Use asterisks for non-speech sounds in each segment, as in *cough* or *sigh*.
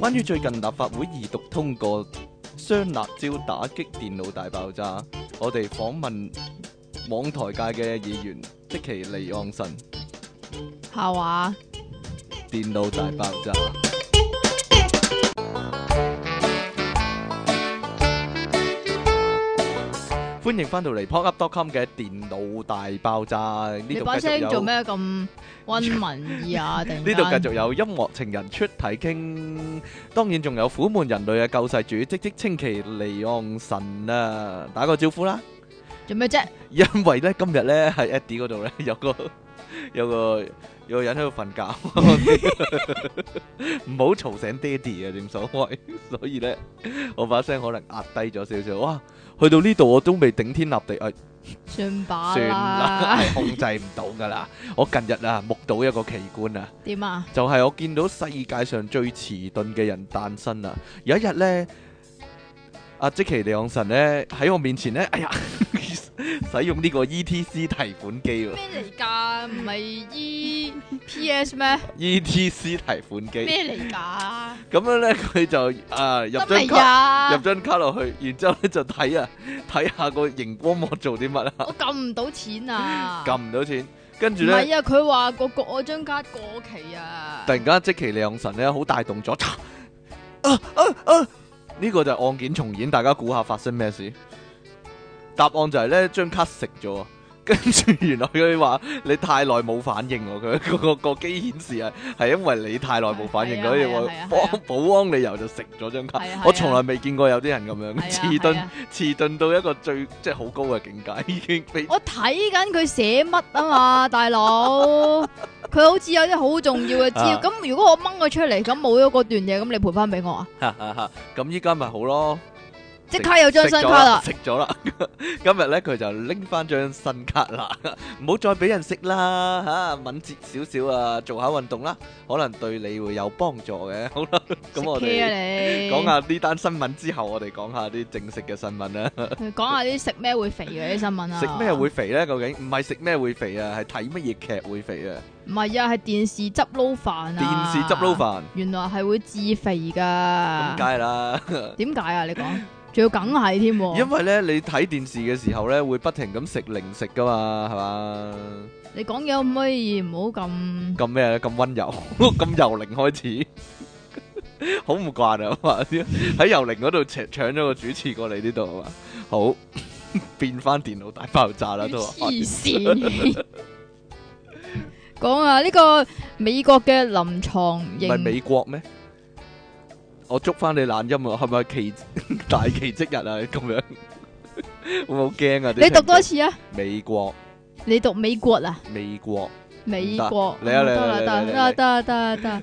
關於最近立法會二讀通過雙辣椒打擊電腦大爆炸，我哋訪問網台界嘅議員即其離岸神，下話電腦大爆炸。歡迎翻到嚟 p o p u p d o t c o m 嘅電腦大爆炸，呢度繼你把續聲有做咩咁温文 *laughs* 爾雅？突然呢度繼間續有音樂情人出體傾，當然仲有苦悶人類嘅救世主，即即稱其離岸神啊！打個招呼啦，做咩啫？因為咧今日咧喺 Eddie 嗰度咧 *laughs* 有個有個有個人喺度 *laughs* 瞓覺，唔好嘈醒爹哋啊！正所謂， *laughs* 所以咧我把聲可能壓低咗少少。哇，去到呢度我都未頂天立地啊！算把算啦，啦，係 *laughs* 控制唔到噶啦。我近日啊目睹一個奇觀啊！點啊？就係我見到世界上最遲鈍嘅人誕生啦！有一日呢，阿即其利昂神呢喺我面前呢，哎呀， *laughs* 使用呢個 ETC 提款機喎咩嚟㗎？唔係 E P *laughs* S 咩？ ，ETC ，E 提款機，咩嚟㗎？咁樣呢，佢就啊入得張未啊卡。入呀？張卡落去，然之後咧就睇啊，睇下個熒光幕做啲乜啊，我撳唔到錢啊！撳唔到錢，跟唔住呢，係啊！佢話個個我張卡過期啊突！然間即其利昂神呢好大動作，嚓 *laughs* 啊啊啊！呢個就係案件重演，大家估下發生咩事？答案就係咧張卡食咗， *laughs* 跟住原來佢話你太耐冇反應喎，佢 *laughs* 個個個機顯示係係因為你太耐冇反應，係啊所以係啊我係啊保係啊保安理由就食咗張卡係啊係啊。我從來未見過有啲人咁樣係啊遲係鈍啊遲鈍到一個最即係好高嘅境界，已經 *laughs* 俾我睇緊佢寫乜啊嘛，大佬。 *laughs* 佢好似有啲好重要嘅資料，啊咁如果我掹佢出嚟，咁冇咗嗰段嘢，咁你賠翻俾我啊？ *laughs* 咁依家咪好咯。即刻有張新卡啦！食咗啦。 *laughs* 今日咧佢就拎翻張新卡啦， *laughs* 唔好再俾人食啦吓，敏捷少少啊，做下運動啦，可能對你會有幫助嘅。 *laughs* 好啦，咁我食哋 K 講啊下呢單新聞之後，我哋講下啲正式嘅新聞 *laughs* 啦。你，講下啲食咩會肥嘅啲新聞啊？食咩會？肥咧？究竟唔係食咩會肥啊？係睇乜嘢劇會肥 *laughs* 啊？唔係啊，係電視執撈飯電啊！視執撈，飯，原來係會致肥咁噶。梗係啦。點解啊？你講，仲要梗係添喎？因為咧，你睇電視嘅時候咧，會不停咁食零食噶嘛，係嘛？你講嘢可唔可以唔好咁？咁咩咧？咁温 *laughs* 柔，咁由零開 *laughs* 始，好唔慣啊嘛！喺由零嗰度搶搶咗個主持過嚟呢度啊嘛， *laughs* 好變翻電腦大爆炸啦都話。黐 *laughs* 線！ *laughs* 講啊，呢個美國嘅臨床唔係型美國咩？我捉翻你懶音啊！係咪 *laughs* 奇大奇蹟日啊？咁 *laughs* 樣會唔會好驚啊！啲你讀聽眾多次啊！美國，你讀美國啊？美國美國唔得嚟啊嚟哦得啊啦嚟得啊啦得啦得啦得啦。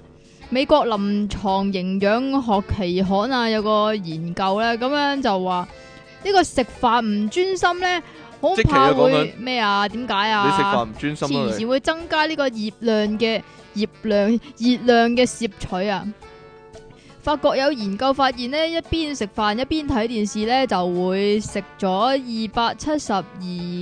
美國臨床營養學期刊啊，有個研究咧，咁樣就話呢個食飯唔專心咧，好即期啊怕講緊會咩啊？點解啊？你食飯唔專心啊時你時會增加呢個熱量嘅熱量熱量嘅攝取啊。法國有研究發現呢，一邊食飯一邊睇電視呢，就會食咗二百七十二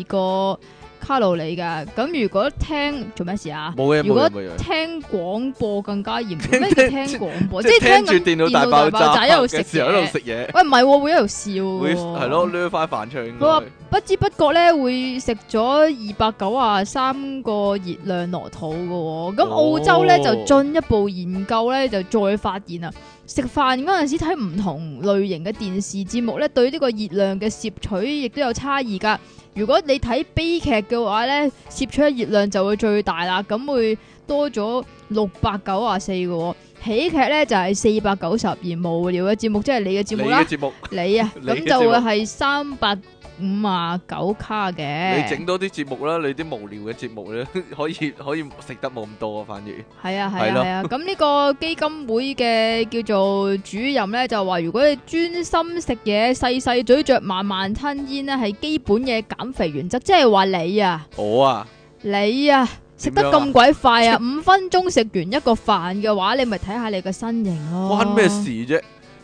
個卡路里噶。咁如果聽做咩事啊？冇嘢如冇嘢果冇嘢。聽廣播更加 *laughs* 嚴重，咩叫聽廣播？即係聽係住緊電腦大爆炸一路食嘅時候喺度嘢。食嘢，喂，唔係喎，會一路笑喎。會係咯，掠翻飯出去應該佢話不知不覺咧會食咗二百九啊三個熱量落肚嘅喎、咁澳洲咧、哦就進一步研究咧就再發現啊，食飯嗰陣時睇唔同類型嘅電視節目咧，對呢個熱量嘅攝取亦都有差異㗎。如果你睇悲劇嘅話咧，攝取嘅熱量就會最大啦，咁會多咗六百九啊四嘅喎。喜劇咧就係四百九十，而無聊嘅節目即係你嘅節目你啦嘅。節目。，你啊 *laughs* 你嘅咁就會係三百五啊九卡你嘅，整多啲節目啦，你啲無聊嘅節目咧， *laughs* 可以可以食得冇咁多啊，反而係啊係係啊咯係啊。咁呢個基金會嘅叫做主任咧，就話如果你專心食嘢，細細咀嚼，慢慢吞煙咧，係基本嘅減肥原則。即係話你啊，我啊，你啊。食得點樣啊咁鬼快啊！五分鐘食完一個飯嘅話，你咪睇下你個身形咯。關咩事？啫？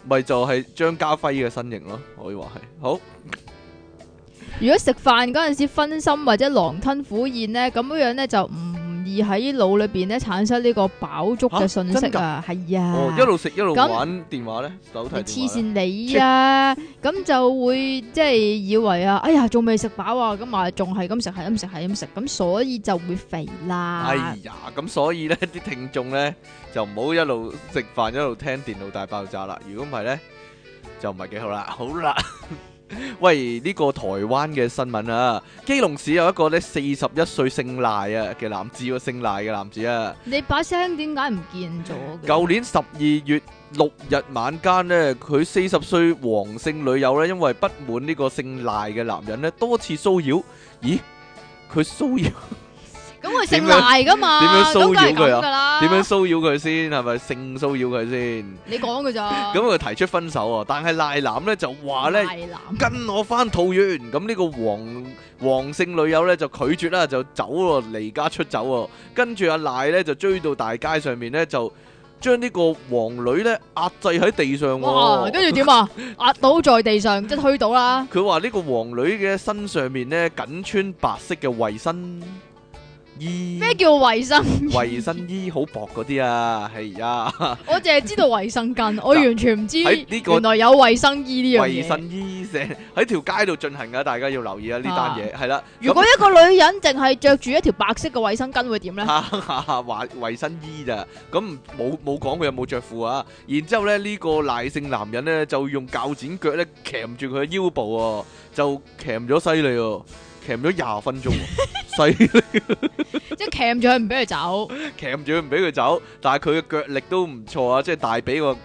咪就係張家輝嘅身形咯，可以話係好如果食飯嗰陣時分心或者狼吞虎咽咧，咁樣樣咧就唔易喺腦裏邊咧產生呢個飽足嘅嚇信息真啊，係啊。哦，一路食一路咁玩電話咧，手提啊你黐電話呢。線你啦，咁就會即係以為啊，哎呀，仲未食飽啊，咁啊，仲係咁食，係咁食，係咁食，咁所以就會肥啦哎。呀，咁所以咧， *laughs* 啲聽眾咧就唔好一路食飯一路聽電腦大爆炸啦。如果唔係咧，就唔係幾好啦。 *laughs* 好啦，喂，呢、個台灣嘅新聞啊，基隆市有一個咧四十一歲姓賴啊嘅男子喎，姓賴嘅男子啊。你把聲點解唔見咗嘅？舊年十二月六日晚間呢，佢四十歲黃姓女友呢，因為不滿呢個姓賴嘅男人呢，多次騷擾。咦？佢騷擾咁佢姓賴噶嘛？點樣咁梗係點樣騷擾佢啊咁㗎啦？點樣？騷擾佢先？係咪性騷擾佢先？你講㗎咋？咁佢提出分手啊，但係賴男呢就話呢。賴男跟我翻桃園，咁呢個黃黃姓女友呢就拒絕啦，就走咯，離家出走喎。跟住阿賴呢就追到大街上面呢，就將呢個黃女呢壓制喺地上哇！喎。跟住點啊？壓倒在地上，即係推倒啦。佢話呢個黃女嘅身上面呢，僅穿白色嘅衞生衣，咩叫衞生？ *laughs* 衞生衣好薄嗰啲啊，係呀，我淨係知道衞生巾，我完全唔知喺呢個原來有衞生衣呢樣衞嘢。生衣成喺條街度進行噶，大家要留意啊呢單嘢，係啦。如果一個女人淨係着住一條白色嘅衞生巾，會點咧？哈哈哈，話衞生衣咋，咁唔冇冇講佢有冇着褲啊？然之後咧，呢、個賴姓男人咧就用鉸剪腳咧鉗住佢嘅腰部喎、就鉗咗犀利喎，鉗咗廿分鐘喎、犀利即係鉗住佢唔俾佢走。鉗住佢唔俾佢走，但係佢嘅腳力都唔錯啊，即係大髀個夾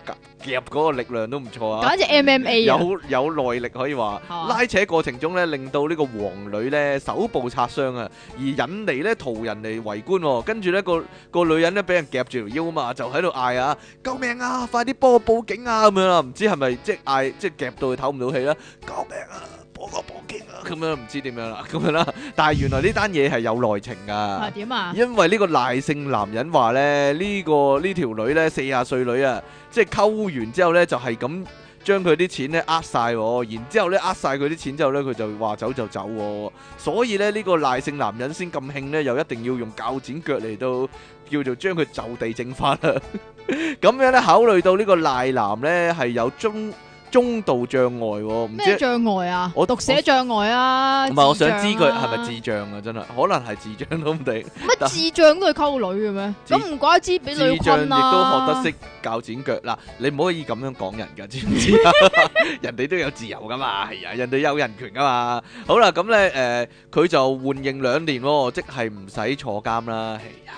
夾嗰個力量都唔錯啊。簡直 MMA 啊！有有耐力可以話，係嘛拉扯過程中咧，令到呢個黃女咧手部擦傷啊，而引嚟咧途人嚟圍觀、喎。跟住咧個個女人咧俾人夾住條腰啊嘛，就喺度嗌啊救命啊，快啲幫我報警啊咁樣啦，唔知係咪即係嗌即係夾到佢唞唔到氣啦，救命啊，幫我報警啊咁樣唔知點樣啦，咁樣啦，但係原來呢單嘢係有內情噶係。點啊？因為呢個賴姓男人話咧，呢、個呢條女咧四廿歲女啊，即係溝完之後咧就係咁將佢啲錢咧呃晒喎，然之後咧呃晒佢啲錢之後咧，佢就話走就走喎，所以咧呢、個賴姓男人先咁興咧，又一定要用鉸剪腳嚟到叫做將佢就地正法啦。 *laughs* 咁樣咧，考慮到呢個賴男咧係有中中度障礙喎，唔咩知。障礙啊？我讀寫障礙啊？唔係，我想知智障佢啊係咪智障啊！真係，可能係智障都唔定。乜智障都係溝女嘅咩？智咁唔怪之俾智女障亦困啊啦。都學得識鉸剪腳嗱，你唔可以咁樣講人㗎，知唔知啊？ *laughs* 人哋都有自由㗎嘛，係啊，人哋有人權㗎嘛。好啦，咁咧誒，佢就緩刑兩年喎，即係唔使坐監啦。係啊，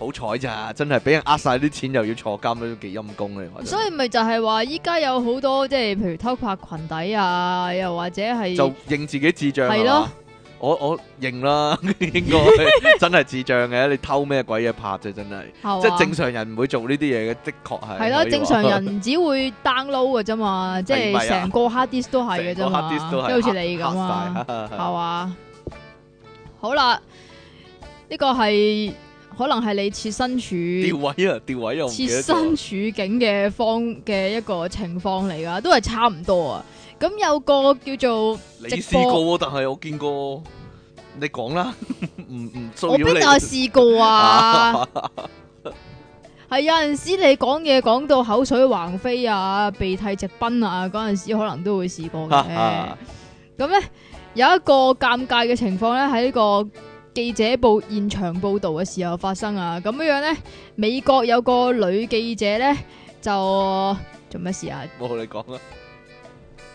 好彩咋，真係俾人呃晒啲錢又要坐監都幾陰公啊！你話真係所以咪就係話依家有好多即係譬如偷拍裙底啊，又或者係就認自己智障係係咯嘛？我我認啦， *laughs* 應該真係智障嘅，你偷咩鬼嘢拍啫？真係， *laughs* 係即係嘛正常人唔會做呢啲嘢嘅，的確係。係可啦，以正話常人只會 download 嘅 *laughs* 啫嘛，即係咪啊係成個 hard disk 都係嘅啫嘛，成個 hard disk 都係即係好似你咁啊，黑晒 *laughs* 係嘛？好啦，呢個係可能係你切身處掉位啊，掉位又唔記切得咗身處境嘅方嘅一個情況嚟噶，都係差唔多啊。咁有個叫做你直試播過喎，但係我見過。你講啦， *laughs* 唔唔騷擾我邊你度有 *laughs* 試過啊？ *laughs* 係有陣時你講嘢講到口水橫飛啊、鼻涕直奔啊，嗰陣時可能都會試過嘅。咁咧有一個尷尬嘅情況咧，喺呢個記者報現場報導嘅時候發生啊。咁樣樣咧，美國有個女記者咧就做咩事啊？冇你講啦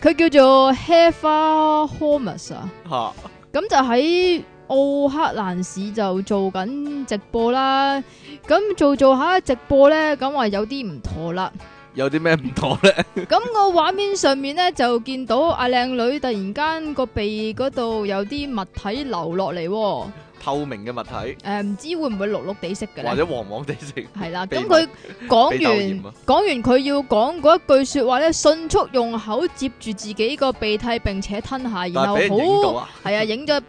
佢叫做 Heather Holmes 啊。嚇咁就喺奧克蘭市就做緊直播啦。咁做做下直播咧，咁話有啲唔 *laughs* 妥啦。有啲咩唔妥咧？咁個畫面上面咧就見到阿靚女突然間個鼻嗰度有啲物體流落嚟、喎，透明嘅物體誒唔知會唔會綠綠地色嘅或咧？者黃黃地色，係啦，鼻咁物佢鼻講竇完炎啊講完佢要講嗰一句説話咧，迅速用口接住自己個鼻涕並且吞下，然但係後俾人影到好啊！係啊，影咗，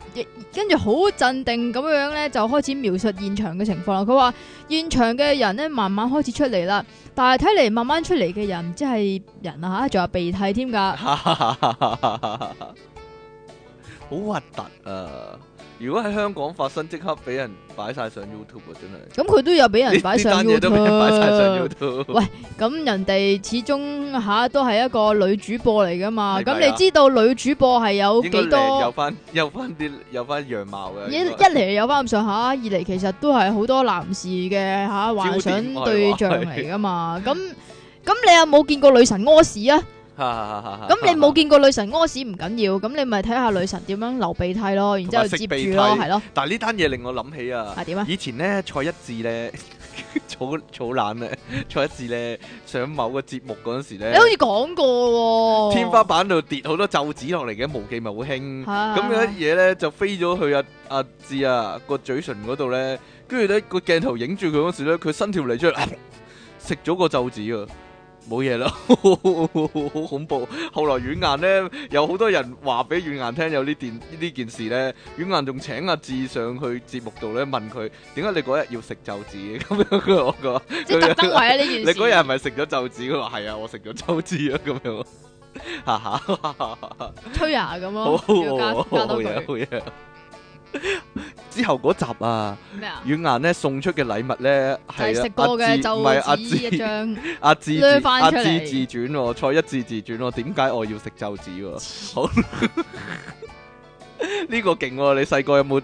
跟住好鎮定咁樣咧，就開始描述現場嘅情況啦。佢話現場嘅人咧，慢慢開始出嚟啦，但係睇嚟慢慢出嚟嘅人，唔知係人啊嚇，仲有鼻 *laughs* 涕添㗎。好核突啊！如果喺香港發生，即刻俾人擺晒上 YouTube 啊！真係咁佢都有俾人擺上呢呢單嘢都俾人擺晒上 YouTube， YouTube。喂咁人哋始終吓、都係一個女主播嚟噶嘛，係咪啊咁你知道女主播係有應該幾靚有多？翻有翻啲有翻樣貌嘅。一應一該 *laughs* 嚟有翻咁上下，二嚟其實都係好多男士嘅吓幻焦想點我對係話象嚟噶嘛，咁咁你有冇見過女神屙屎啊？咁你冇？見過女神屙屎唔緊要，咁你咪睇下女神點樣流鼻涕咯，然之後同埋接食鼻住咯，涕係咯，但係呢單嘢令我諗起啊，係點啊？以前咧蔡一智咧 *laughs* 草草懶咧，蔡一智咧上某個節目嗰陣時你好咧，似講過喎，天花板度跌好多皺紙落嚟嘅，無記咪好興。係咁樣嘢咧就飛咗去阿阿志啊個嘴唇嗰度咧，跟住咧個鏡頭影住佢嗰時咧，佢伸條脷出嚟，食咗個袖子啊！冇嘢啦，好恐怖。後來軟硬咧，有好多人話俾軟硬聽有呢件呢件事咧，軟硬仲請阿志上去節目度咧問佢點解你嗰日要食袖子嘅咁樣佢我講。即係特登為咗呢件 *laughs* 你事。嗰日係咪食咗袖子？佢話係啊，我食咗袖子啊，咁樣，哈哈。吹啊咁好咯，要加好加多嘢，句好嘢。之後嗰集啊，咩啊？阮硬咧送出嘅禮物咧就係係食過嘅唔係阿就志只一張，阿志掠自返阿出志嚟自傳喎，蔡一志自傳喎，點解我要食袖子喎？好呢個勁喎！你細個有冇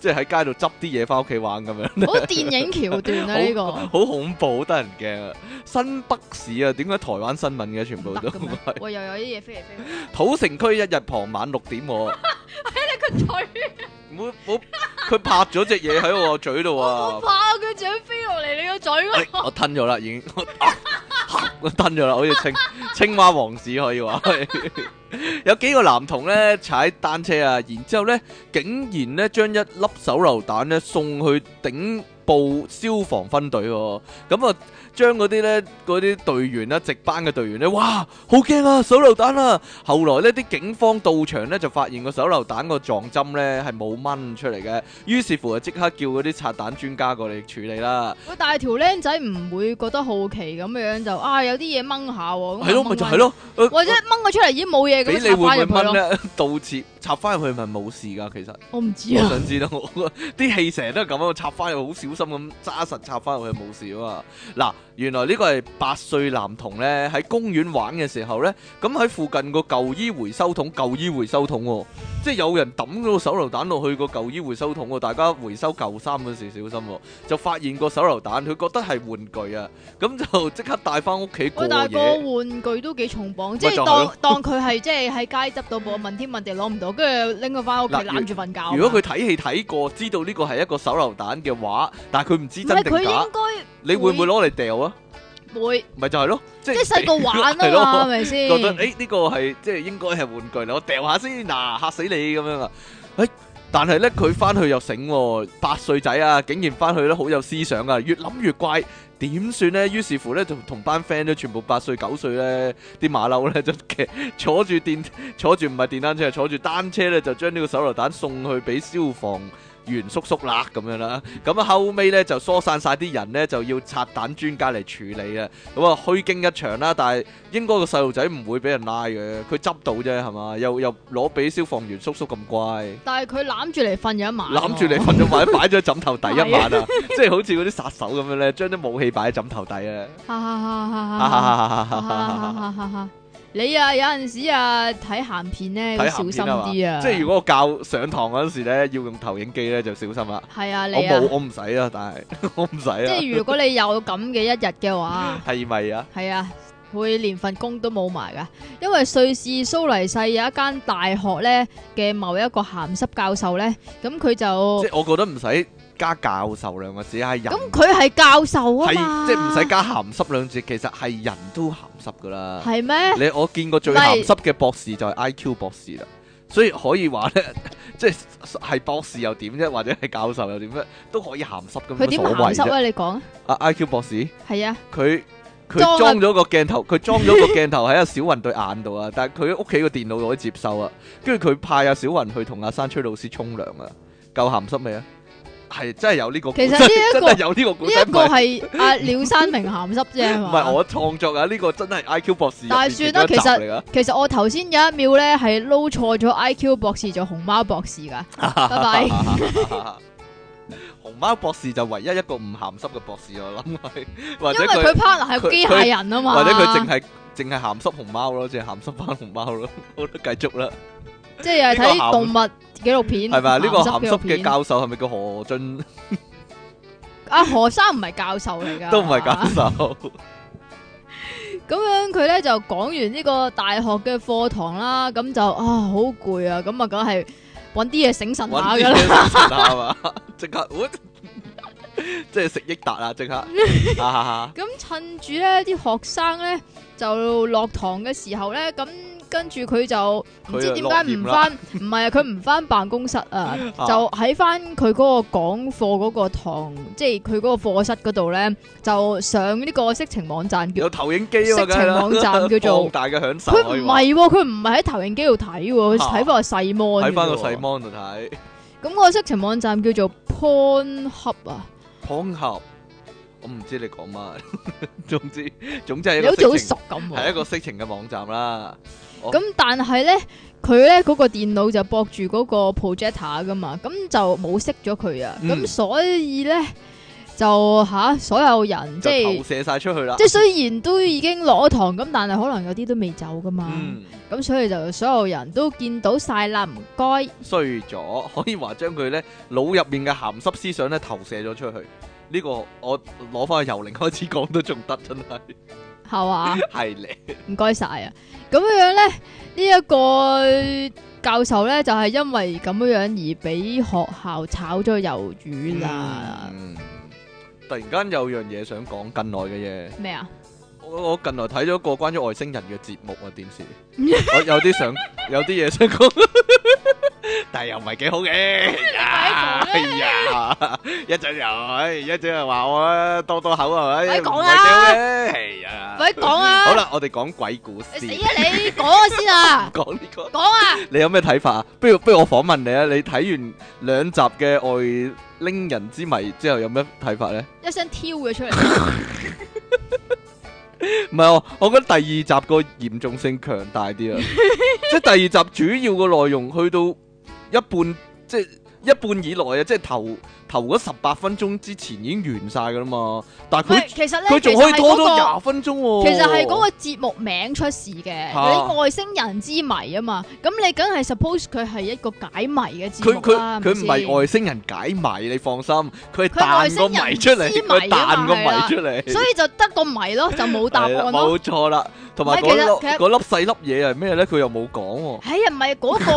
即係喺街度執啲嘢翻屋企玩咁樣？好電影橋段啊呢個。 *laughs* 好恐怖，好得人驚啊！新北市啊，點解台灣新聞嘅全部得都嘅咩？喂，又有啲嘢飛嚟飛去土城區一日傍晚六點 *laughs* 喎。哎佢嘴，冇冇，佢拍咗隻嘢喺我個嘴度啊我！怕佢想飛落嚟你個嘴嗰哎度。我吞咗啦，已經我吞咗啦，好似青青蛙王子可以話。 *laughs* 有幾個男童咧踩單車啊，然之後咧竟然咧將一粒手榴彈咧送去頂部消防分隊喎，咁啊將嗰啲咧嗰啲隊員啦，值班嘅隊員咧，哇好驚啊手榴彈啊！後來呢啲警方到場咧就發現個手榴彈個撞針咧係冇掹出嚟嘅，於是乎就即刻叫嗰啲拆彈專家過嚟處理啦。喂，但係條僆仔唔會覺得好奇咁樣就啊有啲嘢掹下喎。咁係咯，掹咪就掹係咯，呃或者掹佢出嚟已經冇嘢俾咁你會唔插翻會入去掹咯。咧？倒切插翻入去咪冇事噶， *laughs* 其實我唔知我啊，想知道， *laughs* 啲氣成日都係咁樣插翻入，好小心咁揸實插翻入去冇事啊嘛。嗱，原來呢個係八歲男童咧喺公園玩嘅時候咧，咁喺附近個舊衣回收桶，舊衣回收桶喎，即係有人抌咗個手榴彈落去個舊衣回收桶喎，大家回收舊衫嗰時小心喎，就發現個手榴彈，佢覺得係玩具啊，咁就即刻帶翻屋企過喂，但係個夜。玩具都幾重磅，即係就係當咯當佢係即係喺街執到部問天問地攞唔到，跟住拎佢翻屋企嗱如攬住瞓覺啊嘛。如果佢睇戲睇過，知道呢個係一個手榴彈嘅話，但係佢唔知唔真係定佢假，應你會唔會攞嚟掉啊？*laughs* 該會。咪就係咯，即即係細個玩係啊咯嘛，係咪先？覺得哎誒呢個係即係應該係玩具啦，我掉下先嗱，嚇死你咁樣啊！誒，但係咧佢翻去又醒喎，八歲仔啊，竟然翻去咧好有思想啊，越諗越怪。點算呢？於是乎咧，就同班 friend 咧，全部八歲九歲咧，啲馬騮咧就騎坐住電坐住唔係電單車，坐住單車咧，就將呢個手榴彈送去俾消防員叔叔啦咁樣啦。咁啊後尾咧就疏散晒啲人咧，就要拆彈專家嚟處理啊。咁啊虛驚一場啦，但係。應該個細路仔唔會俾人拉嘅，佢執到啫係嘛？又又攞俾消防員叔叔咁乖，但係佢攬住嚟瞓咗一晚喎， *laughs* 攬住你 *laughs* 瞓咗晚，擺咗枕頭底一晚啊！即係好似嗰啲殺手咁樣咧，將啲武器擺喺枕頭底啊咧。哈哈哈哈哈哈哈哈睇哈哈哈！你啊，有陣時啊，睇鹹片咧要小鹹心片啊嘛！即啲啊！係如果我教上堂嗰陣時咧，要用投影機咧就小心啦。係啊，我你啊冇，，我唔使啊，但係 *laughs* 我唔使即啊，係如果你有咁嘅一日 *laughs* 嘅話，係咪啊？係啊。會連份工都冇埋噶，因為瑞士蘇黎世有一間大學咧嘅某一個鹹濕教授咧，咁佢就即係我覺得唔使加教授兩個字，係人哦咁佢係教授啊係嘛，即係唔使加鹹濕兩字，其實係人都鹹濕噶啦。係咩？你我見過最鹹濕嘅博士就係 I Q 博士啦，所以可以話咧， *laughs* 即係係博士又點啫，或者係教授又點啫，都可以鹹濕咁佢冇點所鹹謂濕啫。啊？你講啊啊 I Q 博士，係啊。佢佢裝啊裝咗個鏡頭，佢裝咗個鏡頭喺阿小雲對眼度啊，但係佢屋企個電腦可以接受啊，跟住佢派阿小雲去同阿山吹老師沖涼啊，夠鹹濕未啊？係真係有呢個古其仔，實呢一真個係有呢個古呢仔，一唔個係係阿廖山明鹹濕啫，係唔嘛係我創作啊，呢個真係 IQ 博士入但面係其算中一啦集嚟噶。其實我頭先有一秒咧係撈錯咗 I Q 博士做熊貓博士 *laughs* 噶，拜拜。熊貓博士就唯一一個唔鹹濕嘅博士，我諗係，或因者為佢佢 partner 係機械人啊嘛，或者佢淨係淨係鹹濕熊貓咯，淨係鹹濕翻熊貓咯。好啦，繼續啦，即係呢個鹹睇動物紀錄片，係咪啊？呢個鹹鹹濕紀錄濕嘅片教授係咪叫何俊？阿啊何生唔係教授嚟 *laughs* 噶，都唔係教。授，咁樣佢咧就講完呢個大學嘅課堂啦，咁就啊好攰啊，咁啊梗係揾啲嘢醒神下揾噶啲嘢啦。食下嘛，即刻，喂即係食益達啦，即 *laughs* 刻，哈哈哈咁趁住咧啲學生咧就落堂嘅時候咧，咁跟住佢就唔知佢就啊落點解鹽唔啦翻，唔係啊，佢唔翻辦公室啊， *laughs* 啊就喺翻佢嗰個講課嗰個堂，即係佢嗰個課室嗰度咧，就上呢個色情網站叫有投影機啊嘛，色情梗係啦網站叫做放大嘅享受佢可以唔話，係喎，佢唔係喺投影機度睇喎，佢啊睇翻個細 mon 睇翻個嘅細喎。 mon 度睇咁個色情網站叫做 Pornhub 啊，碰合，我唔知你講乜， *laughs* 總之總之係一你好似個好色情熟咁係一喎。個哦色情嘅網站啦，咁但係咧，佢咧嗰個電腦就駁住嗰個 projector 噶嘛，咁就冇熄咗佢啊。咁、嗯所以咧就吓、所有人即就投係射晒出去啦即。係雖然都已經落咗堂，咁但係可能有啲都未走噶嘛。嗯，咁、所以就所有人都見到晒啦，唔該。 *laughs* 衰咗，可以話將佢咧腦入面嘅鹹濕思想咧投射咗出去。呢個我攞翻去由零開始講都仲得，真係係嘛？係咧。唔該晒啊！咁樣樣咧，呢、一個教授咧就係、因為咁樣樣而俾學校炒咗魷魚啦。嗯，突然間有樣嘢想講近來嘅嘢，咩啊？我我近來睇咗個關於外星人嘅節目啊，電 *laughs* 視，我有啲想有啲嘢想講， *laughs* 但係又唔係幾好 *laughs* 嘅。哎呀，一陣又唉，一陣又話我多多口係咪？快講唔係啦幾好嘅，係呀。咪講 *laughs* 啊！好，啦，我哋講鬼故死事，啊你講啊先啊！講呢個，講啊！你有咩睇法啊？不如不如我訪問你啊！你睇完兩集嘅《外拎人之謎》之後有咩睇法咧？一聲挑咗出嚟，唔係我，我覺得第二集個嚴重性強大啲 *laughs* 啊！即係第二集主要嘅內容去到一半，即係一半以內啊！即係頭頭嗰十八分鐘之前已經完晒噶啦嘛，但係唔佢係其實咧，佢仲可以其實係多嗰個咗廿分鐘喎、其實係嗰個節目名出事嘅，嚇你外星人之謎啊嘛，咁你梗係 suppose 佢係一個解謎嘅節佢目啦佢佢唔係咪係先外星人解謎，你放心，佢係佢係彈個外星人謎出嚟，之佢謎啊彈嘛個係啦謎出嚟，所以就得個謎咯，就冇答案係啦啊冇咯。錯啦。同埋唔係其嗰實粒其實嗰粒細粒嘢係咩咧？佢又冇講喎。哎呀，唔係嗰個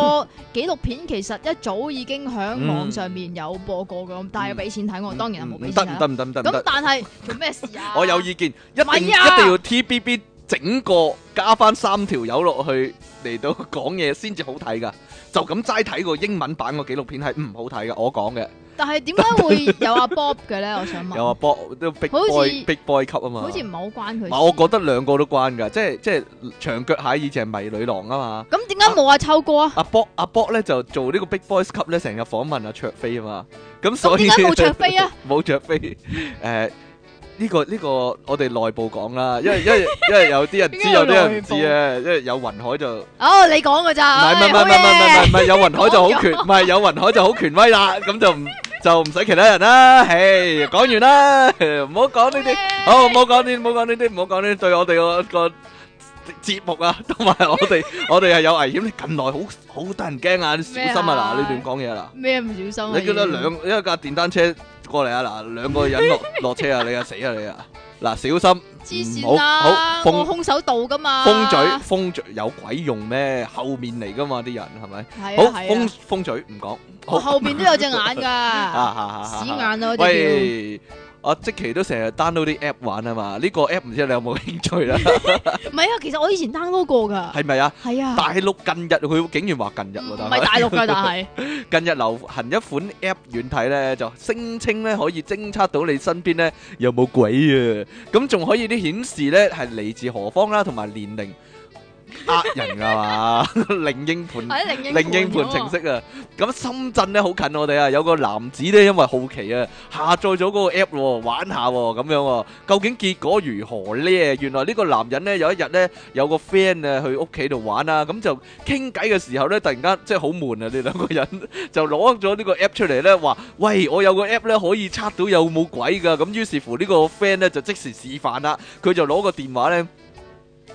紀錄片，其實一早已經喺網上面有播過咁，但係要俾錢睇，我哦當然係冇俾唔錢得睇唔啦得。唔得唔得唔咁得，？但係做咩事啊我有意見，一定唔係啊一定要 TBB 整個加翻三條友落去嚟到講嘢先至好睇噶。就咁齋睇個英文版個紀錄片係唔好睇嘅，我講嘅。但係點解會有阿 Bob 嘅咧？我想問，有啊，boy 都 big 好似 boy big boy 級啊嘛。好似唔係好關唔佢事。係，我覺得兩個都關㗎，即係即係長腳蟹以前係迷女郎啊嘛，咁點解冇阿秋哥啊？阿 Bob 阿 Bob 咧就做呢個 Big Boys Club 咧成日訪問阿卓飛啊嘛，咁所咁以點解冇卓飛啊？ *laughs* 冇卓飛誒。呢、個呢、個我哋內部講啦，因為因為因為有啲人知，有啲人唔知啊，因為有雲海就唔哦，你講㗎咋？係唔係唔係唔係哎唔係唔好嘢係有雲海就好 *laughs* 權，唔係有雲海就好權威啦，咁就唔就唔使其他人啦，唉，講完啦，唔好講呢啲。好，唔好講呢，唔好講呢啲，唔好講呢啲，對我哋個個節目啊，同埋我哋，我哋係有危險。你近來好好得人驚啊，你小心啊！咩啊嗱，你亂講嘢啦，咩唔小心啊？你叫得兩一架電單車過嚟啊！嗱，兩個人落落車啊，你啊死啊你啊！嗱，小心黐唔線好啦！好封我空手道㗎嘛，封嘴，封嘴有鬼用咩？後面嚟噶嘛啲人係咪？係好啊係封啊，封嘴唔講，我好後邊都有隻 *laughs* 眼啊㗎，啊啊屎啊啊眼啊！我隻叫。喂，我即期都成日 download 啲 app à 玩啊嘛，呢個 app 唔知你有 *laughs* 冇興趣啦？唔係啊，其實我以前 download 過㗎，係咪啊？係啊，大陸近日佢竟然話近日唔喎，唔但係係大陸㗎，但 *laughs* 係近日流行一款 App 軟體咧，就聲稱咧可以偵測到你身邊咧有 à. 冇鬼啊！咁仲可以啲顯示咧係嚟自何方啦，同埋年齡。呃人噶 *laughs* 嘛，靈應盤或者靈應靈應盤程式啊。咁深圳咧好近我哋啊，有個男子咧因為好奇啊，下載咗嗰個 app 喎，玩下喎咁樣喎。究竟結果如何咧？原來呢個男人咧有一日咧有個 friend 啊去屋企度玩啊，咁就傾偈嘅時候咧，突然間即係好悶啊！呢兩個人就攞咗呢個 app 出嚟咧，話：喂，我有個 app 咧可以測到有冇鬼㗎。咁於是乎呢個 friend 咧就即時示範啦，佢就攞個電話咧。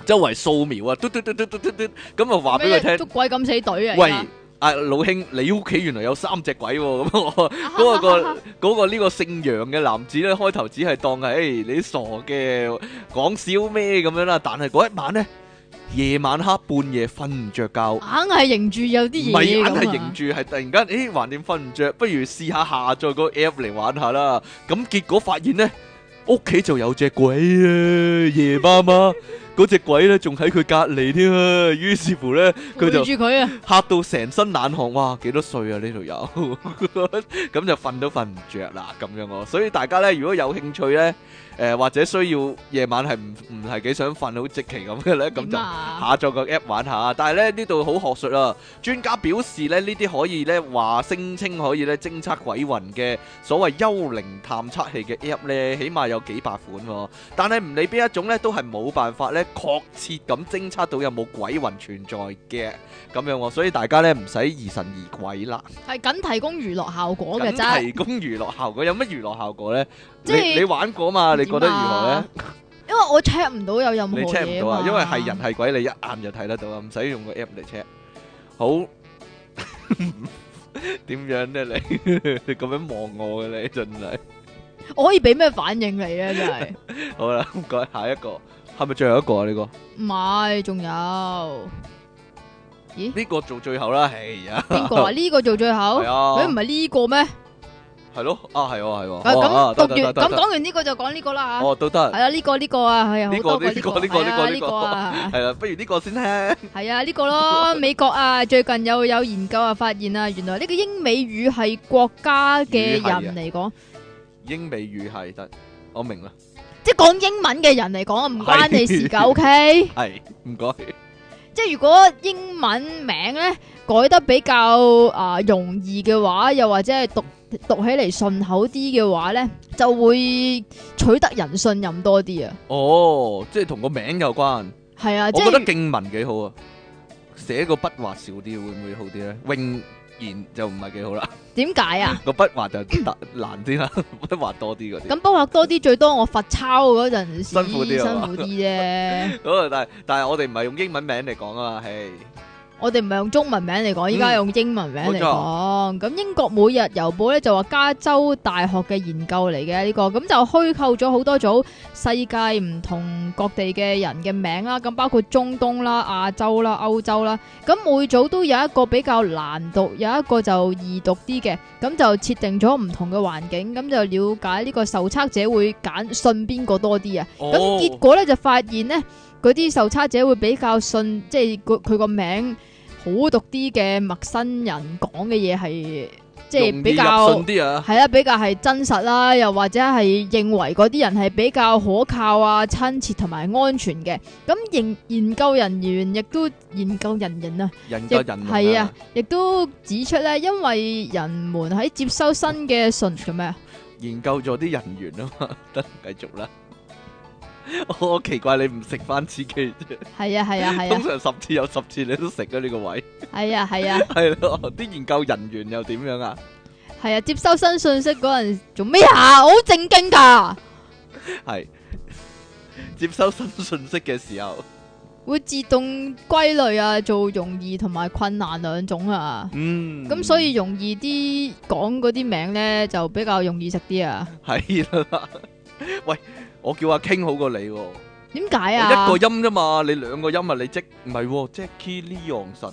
周圍掃描啊，嘟嘟嘟嘟嘟嘟嘟，咁啊話俾佢聽，咩捉鬼敢死隊啊！喂而家，啊老兄，你屋企原來有三隻鬼喎、咁我嗰、個嗰個呢個姓楊嘅男子咧，開頭只係當係誒、欸你傻嘅，講笑咩咁樣啦。但係嗰一晚咧，夜晚黑半夜瞓唔着 *laughs* 覺，唔硬係認住有啲係嘢硬係咁認啊！住，係突然間，誒橫掂瞓唔着，不如試下下載個 app 嚟玩下啦。咁結果發現咧，屋企就有隻鬼啊，夜媽媽。嗰隻鬼咧仲喺佢隔離添啊，於是乎咧佢背就住佢啊！嚇到成身冷汗，哇！幾多歲啊？呢度有 *laughs* 咁就瞓都瞓唔着啦，咁樣喎。所以大家咧，如果有興趣咧，誒、或者需要夜晚係唔唔係幾想瞓，好即期咁嘅咧，咁就點。啊下載個 app 玩下，但係咧呢度好學術啊！專家表示咧，呢啲可以咧話聲稱可以咧偵測鬼魂嘅所謂幽靈探測器嘅 app 咧，起碼有幾百款喎。但係唔理邊一種咧，都係冇辦法咧確切咁偵測到有冇鬼魂存在嘅咁樣喎。所以大家咧唔使疑神疑鬼啦。係僅提供娛樂效果嘅咁啫，提供娛樂效果有乜娛樂效果咧？即你係你玩過嘛？啊你覺得如何咧？啊因為我 check 唔到有任何你 check 唔嘢到嘛啊，因為係人係鬼，你一眼就睇得到啊，唔使用個 app 嚟 check。好， *laughs* 點樣咧 *laughs* 你？你咁樣望我嘅你真係。我可以俾咩反應你咧？真係好啦，唔該，下一個係咪最後一個啊？呢個唔係，仲 *laughs* 有呢個做最後啦，係啊，邊個啊？呢個做最後係，佢唔啊，係呢個咩？係咯，啊係喎係啊喎，哦啊得咁讀得得完得咁得講完呢個就講呢個啦嚇，哦都得係，啊呢個呢個啊係啊好呢個多個呢個呢個呢個係啊呢呢個個啊。係啦，不如呢個先咧，系啊，呢、個咯，美國啊，最近有有研究啊，發現啊，原來呢個英美語系國家嘅啊人嚟講，英美語係得，我明啦，即系讲英文嘅人嚟講，唔關你事係 *laughs* 㗎，OK？係唔該，即系如果英文名咧改得比較啊、容易嘅話，又或者係讀讀起嚟順口啲嘅話咧，就會取得人信任多啲啊。哦，即係同個名有關。係啊，即我覺得係敬文幾好啊，寫個筆畫少啲會唔會好啲咧？永言就唔係幾好啦，點解啊？個筆畫就特難啲啦， *laughs* 筆畫多啲嗰啲。咁筆畫多啲，最多我罰抄嗰陣時辛苦啲啊辛嘛苦啲啫。咁啊，但係但係我哋唔係用英文名嚟講啊嘛，係我哋唔係用中文名嚟講，依家用英文名嚟講。咁英國每日郵報咧就話加州大學嘅研究嚟嘅呢個，咁就虛構咗好多組世界唔同各地嘅人嘅名啦，咁包括中東啦、亞洲啦、歐洲啦，咁每組都有一個比較難讀，有一個就易讀啲嘅，咁就設定咗唔同嘅環境，咁就了解呢個受測者會揀信邊個多啲啊。咁結哦，果咧就發現咧，嗰啲受測者會比較信，即係佢佢個名好讀啲嘅陌生人講嘅嘢係，即係比容易較入信啲啊，係啦，比較係真實啦，又或者係認為嗰啲人係比較可靠啊、親切同埋安全嘅。咁研研究人員亦都研究人員啊。人亦個人係啊，，亦都指出咧，因為人們喺接收新嘅信做咩啊？研究咗啲人員啊嘛，得繼續啦。 *laughs* 我奇怪你唔食翻自己啫，係啊，係啊，係通啊，常十次有十次你都食啊呢個位，係啊，係啊。係咯，啲研究人員又點樣啊？系啊，接收新信息嗰阵做咩啊？我好正經噶，係 *laughs* 接收新信息嘅時候。會自動歸類啊，做容易同埋困難兩種啊。嗯，咁所以容易啲講嗰啲名咧，就比較容易食啲啊。係啦。 *laughs* 喂，我叫阿 King 好過你喎，點解啊？我一個音啫嘛，你兩個音啊，你即唔係喎，Jackie Lee 楊神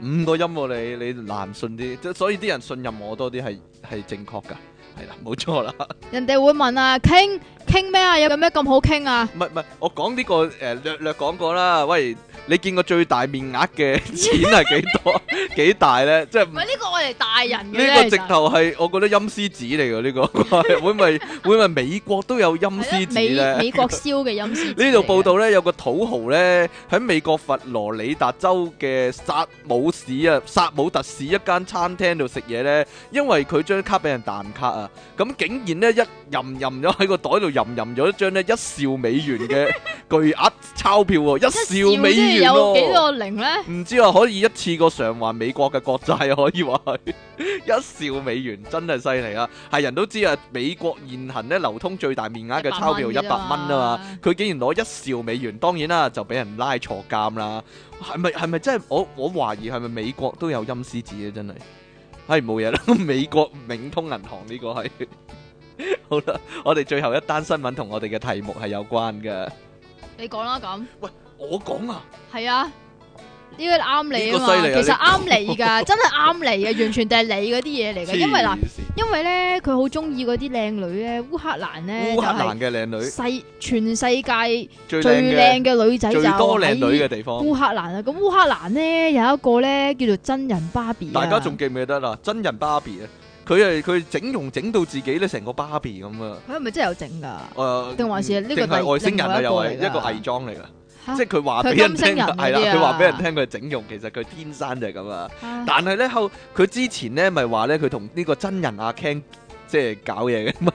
五個音喎，你你難信啲，即所以啲人信任我多啲係係正確㗎，係啦，冇錯啦， *laughs* 人哋會問啊，傾傾傾咩啊？有咩咁好傾啊？唔係唔係，我講呢、個呃略略講過啦。喂，你見過最大面額嘅錢係 *laughs* 幾多？幾大咧？即係唔唔係呢個我哋大人嘅嗯呢咧，個直頭係我覺得陰司紙嚟㗎。呢、個 *laughs* 會唔會會唔會美國都有陰司係啦紙咧美？美國燒嘅陰司紙嚟嘅。呢度報道咧，有個土豪咧喺美國佛羅里達州嘅薩姆市啊，薩姆特市一間餐廳度食嘢咧，因為佢張卡俾人彈卡啊，咁竟然咧一吟吟咗喺個袋度吟吟咗一張咧一兆美元嘅巨額鈔票一喎，一兆兆美即係元有幾喎，個零咧？唔知啊，可以一次過償還美國嘅國債啊，可以話係一兆美元，真係犀利啊！係人都知啊，美國現行咧流通最大面額嘅鈔票一百蚊啊嘛。佢竟然攞一兆美元，當然啦，就俾人拉坐監啦。係咪係咪真係我我懷疑係咪美國都有陰司紙啊？真係係冇嘢啦， *laughs* 美國永通銀行呢個係 *laughs* 好啦。我哋最後一單新聞同我哋嘅題目係有關嘅。你講啦咁，我講啊，係啊，呢個啱你啊呢個嘛，犀利啊呢其實個啱你 *laughs* 㗎，真係啱你嘅，完全就係你嗰啲嘢嚟嘅，因為嗱黐，線因為咧佢好中意嗰啲靚女咧，烏克蘭烏咧就克係蘭嘅靚女世全世界最最靚靚嘅女仔嘅就最多靚女嘅喺地方，烏克蘭啊，咁烏克蘭咧有一個咧叫做真人芭比啊，大家仲記唔記得啦？真人芭比啊，佢係佢整容整到自己咧成個芭比咁啊！佢係咪真係有整㗎？誒，定還是呢個定係第外星人啊？另又外係一一個嚟㗎個偽裝嚟㗎。嚇即係佢話佢俾人金星聽，人係啦嗰啲，啊佢話俾人聽佢係整容，其實佢天生就係咁啊。但係咧後，佢之前咧咪話咧，佢同呢個真人阿 Ken 即係搞嘢嘅，咪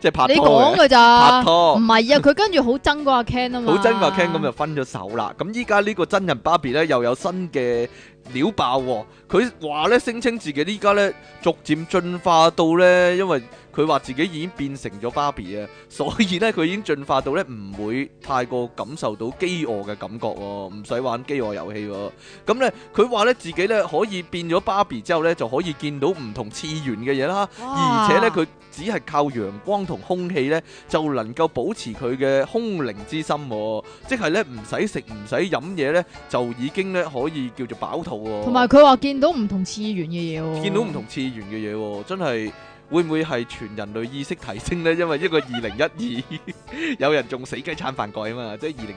即係拍你拖講嘅，㗎拍咋？拖唔。係啊，佢跟住好憎嗰阿 Ken 啊嘛，好真個 Ken 咁就分咗手啦。咁依家呢個真人芭比咧又有新嘅料爆喎、佢話咧聲稱自己依家咧逐漸進化到咧，因為佢話自己已經變成咗芭比啊，所以咧佢已經進化到咧唔會太過感受到飢餓嘅感覺喎、唔使玩飢餓遊戲喎、咁咧佢話咧自己咧可以變咗芭比之後咧就可以見到唔同次元嘅嘢啦。啊而且咧，佢只係靠陽光同空氣咧，就能夠保持佢嘅空靈之心、喎，即係咧唔使食唔使飲嘢咧，就已經咧可以叫做飽肚、喎。同埋佢話見到唔同次元嘅嘢喎，見到唔同次元嘅嘢、喎，真係會唔會係全人類意識提升咧？因為一個二零一二， *laughs* 有人仲死雞撐飯蓋啊嘛，即係二零。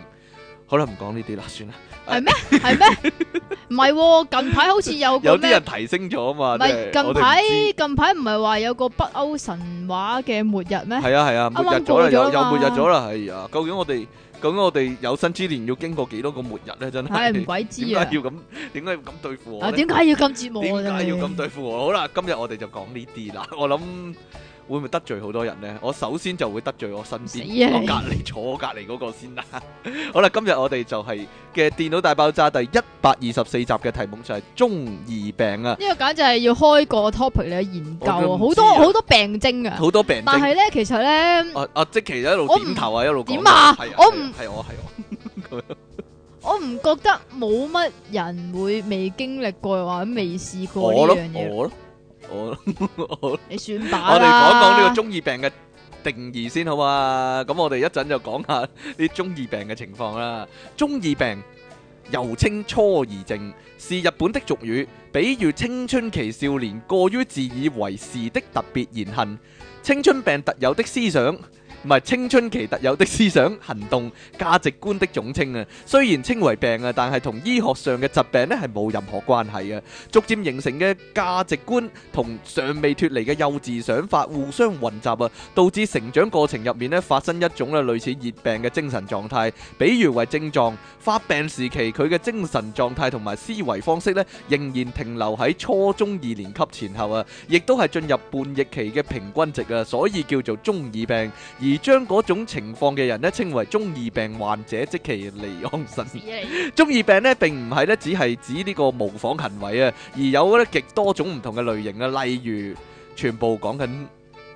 好啦，唔講呢啲啦，算啦。係咩？唔係喎，近排好似有個有啲咩人？提升咗啊嘛，唔即係係近我哋唔排知近排唔係話有個北歐神話嘅末日咩？係啊係啊，末日咗啦，啱啱過咗有啦有末日嘛咗啦，係啊。究竟我哋究竟我哋有生之年要經過幾多個末日咧？真 *laughs* 唉，唔係鬼點知解啊！要咁？點解要咁對付我啊，呢？點解要咁折磨點我哋？解要咁對付我？好啦，今日我哋就講呢啲啦。我諗會唔會得罪好多人咧？我首先就會得罪我身死邊啊我你隔離坐我隔離嗰個先啦。 *laughs* 好啦，今日我哋就係嘅電腦大爆炸第一百二十四集嘅題目就係中二病啊，呢個簡直係要開個 topic 嚟研究啊！我都唔好知多啊好多病徵啊！好多病但症。係咧，其實咧，啊啊！即其一路我唔點頭啊，一路講點啊係我係唔係我係我。我唔覺得冇乜人會未經歷過或者未試過我呢咯樣，嘢。我咯，我咯，我咯 *laughs* 你算我把哋講講呢啦個。中二病嘅定義先好嘛？咁我哋一陣就講下啲中二病嘅情況啦。中二病又稱初兒症，是日本的俗語，比喻青春期少年過於自以為是的特別言行，青春病特有的思想。唔係青春期特有的思想、行動、價值觀的總稱啊，雖然稱為病啊，但係同醫學上嘅疾病呢係冇任何關係嘅。啊逐漸形成嘅價值觀同尚未脱離嘅幼稚想法互相混雜啊，導致成長過程入面咧發生一種咧類似熱病嘅精神狀態，比如為症狀。發病時期佢嘅精神狀態同埋思維方式咧，仍然停留喺初中二年級前後啊，亦都係進入叛逆期嘅平均值啊，所以叫做中二病。 *laughs* 而將嗰種情況嘅人咧稱為中二病患者，即其離岸神。屎嚟中二病咧並唔係咧，只係指呢個模仿行為啊，而有咧極多種唔同嘅類型啊，例如全部講緊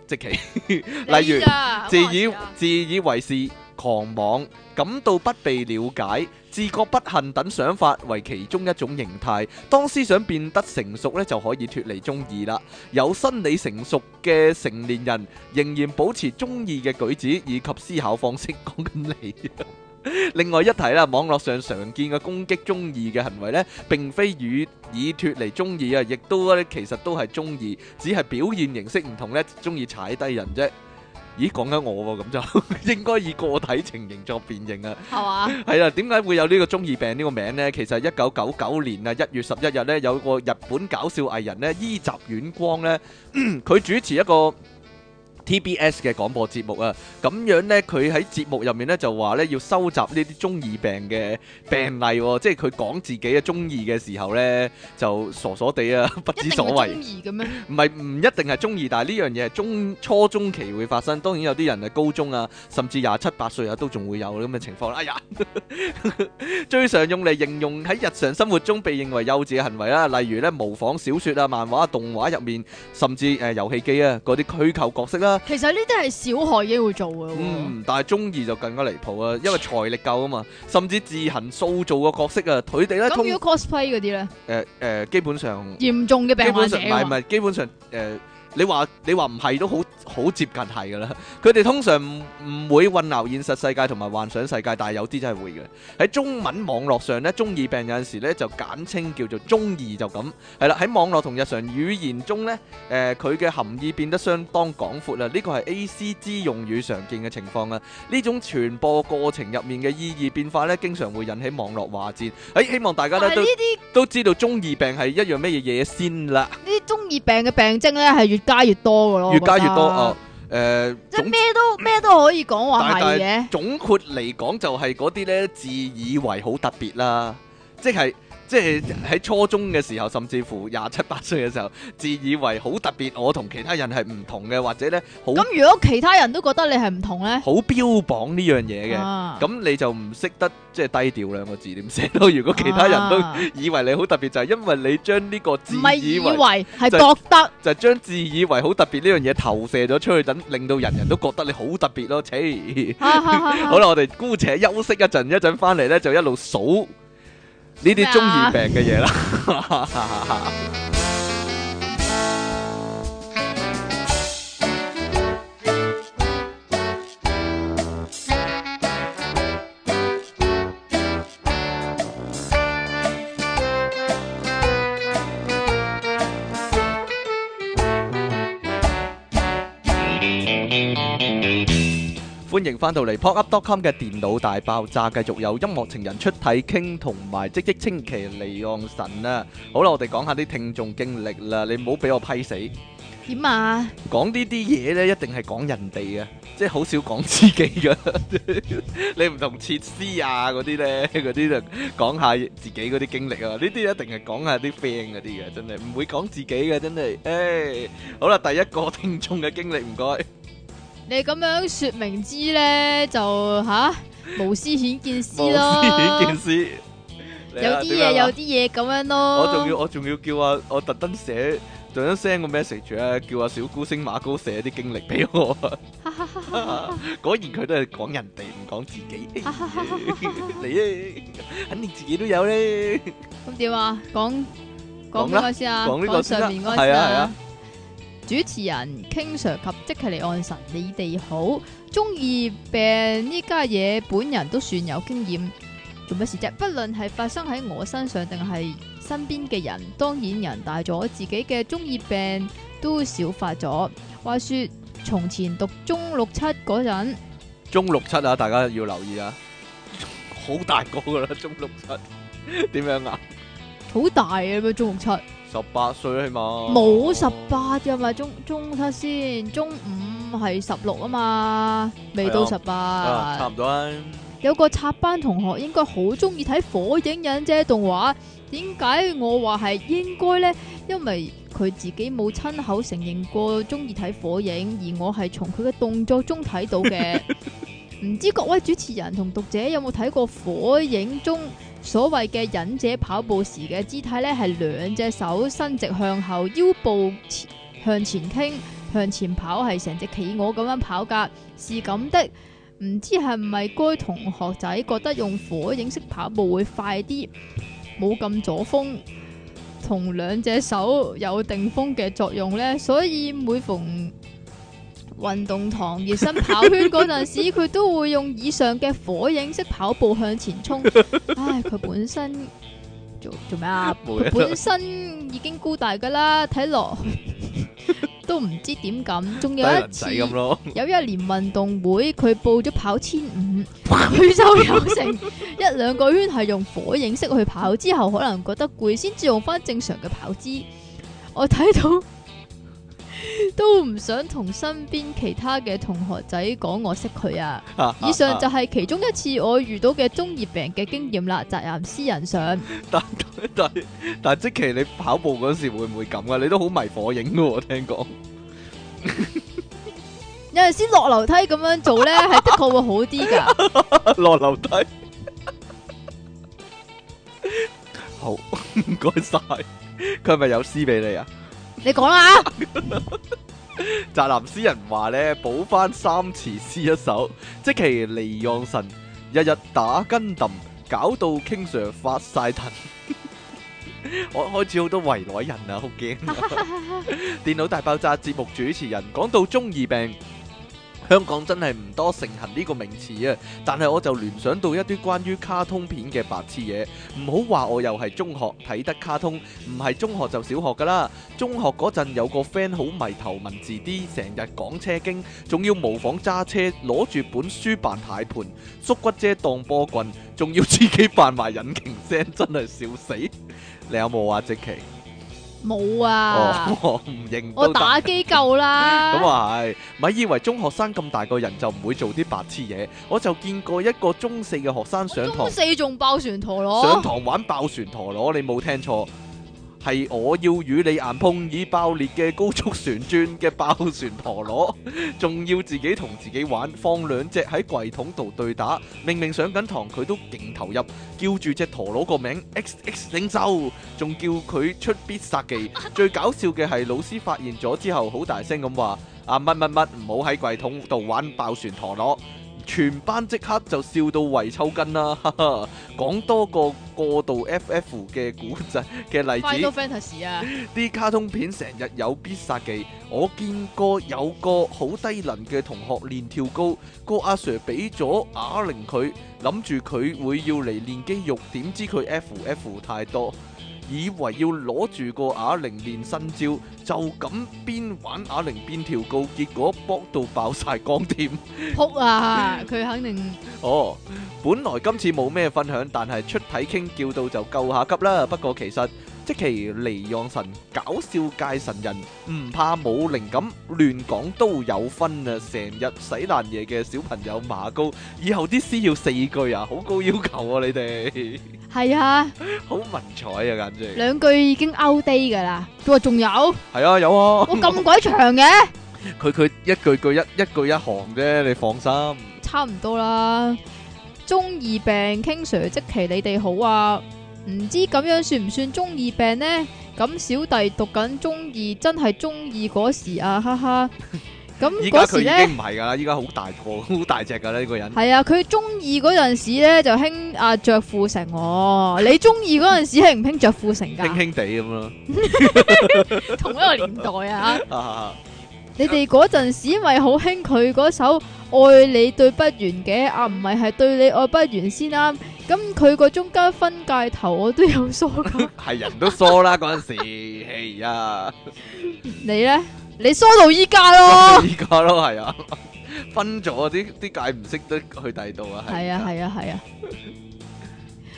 即其。例如你咋自以咁話事啊自以為是、狂妄、感到不被了解、自覺不幸等想法為其中一種形態。當思想變得成熟咧，就可以脱離中二啦。有心理成熟嘅成年人仍然保持中二嘅舉止以及思考方式。講緊你。 *laughs* 另外一提啦，網絡上常見嘅攻擊中二嘅行為咧，並非與已脱離中二啊，亦都咧其實都係中二，只係表現形式唔同咧，中意踩低人啫。咦，講緊我喎，咁就 *laughs* 應該以個體情形作辨認啊。係嘛？係啦，點解會有呢個中二病呢個名呢？其實一九九九年啊一月十一日呢，有個日本搞笑藝人呢，伊集院光呢， *clears throat* 佢主持一個 TBS 嘅廣播節目啊。咁樣呢，佢喺節目入面呢，就話呢，要收集呢啲中二病嘅病例、喎，即係佢講自己嘅中二嘅時候呢，就傻傻地啊，不一知定所會謂中。意嘅咩？唔係唔一定係中二，但係呢樣嘢係中初中期會發生。當然有啲人係高中啊，甚至廿七八歲啊，都仲會有咁嘅情況啦。哎呀，最常用嚟形容喺日常生活中被認為幼稚嘅行為啦，啊例如咧模仿小説啊、漫畫啊、動畫入面，甚至誒、呃、遊戲機啊嗰啲虛構角色啦、其實呢啲係小學已經會做嘅喎。嗯，但係中二就更加離譜啊，因為財力夠啊嘛，甚至自行塑造個角色啊，佢哋咧通咁如果 cosplay 嗰啲咧，誒誒基本上。嚴重嘅基病本患者上唔係啊唔嘛係，基本上誒、呃你話你話唔係都好好接近係噶啦。 *laughs* 佢哋通常唔唔會混淆現實世界同埋幻想世界，但係有啲真係會嘅。喺中文網絡上咧，中二病有陣時咧就簡稱叫做中二就咁係啦。喺網絡同日常語言中咧，誒佢嘅含義變得相當廣闊啦。呢個係 A C G 用語常見嘅情況啊。呢種傳播過程入面嘅意義變化咧，經常會引起網絡話戰。誒、希望大家但係咧呢都都啲知道中二病係一樣咩嘢嘢先啦。呢啲中二病嘅病徵咧係越加越多嘅咯，越加越多我哦。誒、覺得，即係總咩都咩都可以講話係嘅。總括嚟講就係嗰啲咧自以為好特別啦，即係即係喺初中嘅時候，甚至乎廿七八歲嘅時候，自以為好特別，我同其他人係唔同嘅，或者咧好咁如果其他人都覺得你係唔同咧，啊好標榜呢樣嘢嘅，咁咁、你就唔識得即係低調兩個字點寫咯。如果其他人都唔以為你好特別，就係、因為你將呢個自啊係以以為。為係就覺 *laughs* 得就係將自以為好特別呢樣嘢投射咗出去，等令到人人都覺得你好特別咯。切，哈哈哈 *laughs* 好啦，我哋姑且休息一陣，一陣翻嚟咧就一路數呢啲中二病嘅嘢啦。歡迎翻到嚟 popup.com 嘅電腦大爆炸，繼續有音樂情人出體傾同埋積積清奇離岸神啦。好啦，我哋講下啲聽眾經歷啦，你唔好俾我批死。點啊？講呢啲嘢咧，一定係講人哋嘅，即係好少講自己嘅。 *laughs* 你唔同設施啊嗰啲咧，嗰啲就講下自己嗰啲經歷啊。呢啲一定係講下啲 friend 嗰啲嘅，真係唔會講自己嘅，真係。誒，好啦，第一個聽眾嘅經歷唔該，你咁樣説明知咧，就吓無私顯見私無咯。私件事。你有啊啲點嘢樣啊有啲嘢咁樣咯。我仲要我仲要叫啊，我特登寫，特登 send 個 message ờ, 啊，叫阿小姑星馬高寫啲經歷俾我啊。果然佢都係講人哋，唔講自己。你咧，肯定自己都有咧。咁點啊？講講講啦邊個先啊？講呢個先啦上面嗰個先係啊係啊。主持人 King Sir 及即其離岸神，你哋好。中二病呢家嘢，本人都算有經驗。做乜事啫？不論係發生喺我身上定係身邊嘅人，當然人大咗，自己嘅中二病都少發咗。話說從前讀中六七嗰陣，中六七啊，大家要留意啊，好大個噶啦，中六七點樣啊？好大嘅咩？中六七。十八歲起碼冇十八噶嘛，中中七先，中五係十六啊嘛，未到係十啊，差八。唔多啦。有個插班同學應該好中意睇《火影忍者》動畫，點解我話係應該呢？因為佢自己冇親口承認過中意睇《火影》，而我係從佢嘅動作中睇到嘅。唔知各位主持人同讀者有冇睇過《火影》中所謂嘅忍者跑步時嘅姿態呢？係兩隻手伸直向後，腰部前向前傾，向前跑係成隻企鵝咁樣跑㗎，是咁的。唔知係咪該同學仔覺得用火影式跑步會快啲，冇咁左風，同兩隻手有定風嘅作用呢？所以每逢運動堂熱身跑圈嗰陣時，佢都會用以上嘅火影式跑步向前衝。 *laughs* 唉，佢本身做做咩啊？冇嘢佢本身已經高大噶啦，睇落都唔知點咁。仲低有一能次仔，咁 *laughs* 咯，有一年運動會，佢報咗跑千五，佢就有成一兩個圈係用火影式去跑，之後可能覺得攰，先至用翻正常嘅跑姿。我睇到 *laughs* 都唔想同身邊其他嘅同學仔講我識佢啊！以上就係其中一次我遇到嘅中二病嘅經驗啦，宅男私人相。但但但即期你跑步嗰時會唔會咁啊？你都好迷火影噶喎，聽講 *laughs* 有陣時落樓梯咁樣做咧，係的確會好啲噶。落樓梯。好，唔該晒。佢係咪有詩俾你啊？你講啦，宅男詩人話咧，補翻三詞詩一首，即其離讓神，日日打跟揼，搞到 King Sir 發晒騰。 *laughs* 我開始好多圍內人啊，好驚！ *laughs* 電腦大爆炸節目主持人講到中二病，香港真係唔多盛行呢個名詞啊，但係我就聯想到一啲關於卡通片嘅白痴嘢。唔好話我又係中學睇得卡通，唔係中學就小學㗎啦。中學嗰陣有個 friend 好迷頭文字 D，成日講車經，仲要模仿揸車，攞住本書扮軚盤，縮骨遮當波棍，仲要自己扮埋引擎聲，真係笑死！ *laughs* 你有冇啊？即奇？冇啊哦，，我唔認我都得打機夠咁啦。啊係，咪以為中學生咁大個人就唔會做啲白痴嘢，我就見過一個中四嘅學生上堂中。四仲爆旋陀上螺，堂玩爆旋陀螺，你冇聽錯，係我要與你硬碰，以爆裂嘅高速旋轉嘅爆旋陀螺， *laughs* 仲要自己同自己玩，放兩隻喺櫃桶度對打。明明上緊堂，佢都勁投入，叫住只陀螺個名 X X 領袖，仲叫佢出必殺技。最搞笑嘅係老師發現咗之後，好大聲咁話：啊乜乜乜，唔好喺櫃桶度玩爆旋陀螺！全班即刻就笑到胃抽筋啦！哈哈講多個過度 FF 嘅古仔嘅例子 Final。Fantasy 啊，啲卡通片成日有必殺技，我見過有個好低能嘅同學練跳高，個阿 Sir 俾咗啞鈴佢，諗住佢會要嚟練肌肉，點知佢 F F 太多，以為要攞住個啞鈴練新招，就咁邊玩啞鈴邊跳高，結果搏到爆晒光添。哭啊，佢肯定哦，本來今次冇咩分享，但係出體傾叫到就夠下急啦。不過其實即其離讓神搞笑界神人，唔怕冇靈感，亂講都有分啊！成日洗爛嘢嘅小朋友馬高，以後啲詩要四句啊，好高要求啊！你哋 *laughs* 係啊，好文采啊，簡直兩句已經 out day 噶啦。佢話 *laughs* 仲有，我係啊，有啊，咁鬼長嘅，佢佢一句句一一句一行啫，你放心。差唔多啦。中二病，King Sir，即其你哋好啊！唔知咁樣算唔算中二病呢？咁小弟讀緊中二，真係中二嗰時啊，哈哈。咁依家嗰佢時已呢。經唔係㗎啦，依家好大個，好大隻㗎啦呢個人。系啊，佢中意嗰陣時咧就興啊着富城喎，你中意嗰陣時興唔興着富城輕㗎？輕地咁咯同一個年 *laughs* 代啊，哈哈哈，你哋嗰陣時咪好興佢嗰首《愛你對不完》嘅啊，唔係係對你愛不完先啱。咁佢個中間分界頭我都有梳 *laughs* 噶， *laughs* 係人都疏啦嗰陣時，哎呀，你呢？你梳到依家 *laughs* 咯，依家咯係啊，分咗啲啲界唔識得去第二度啊，係啊係係啊係啊，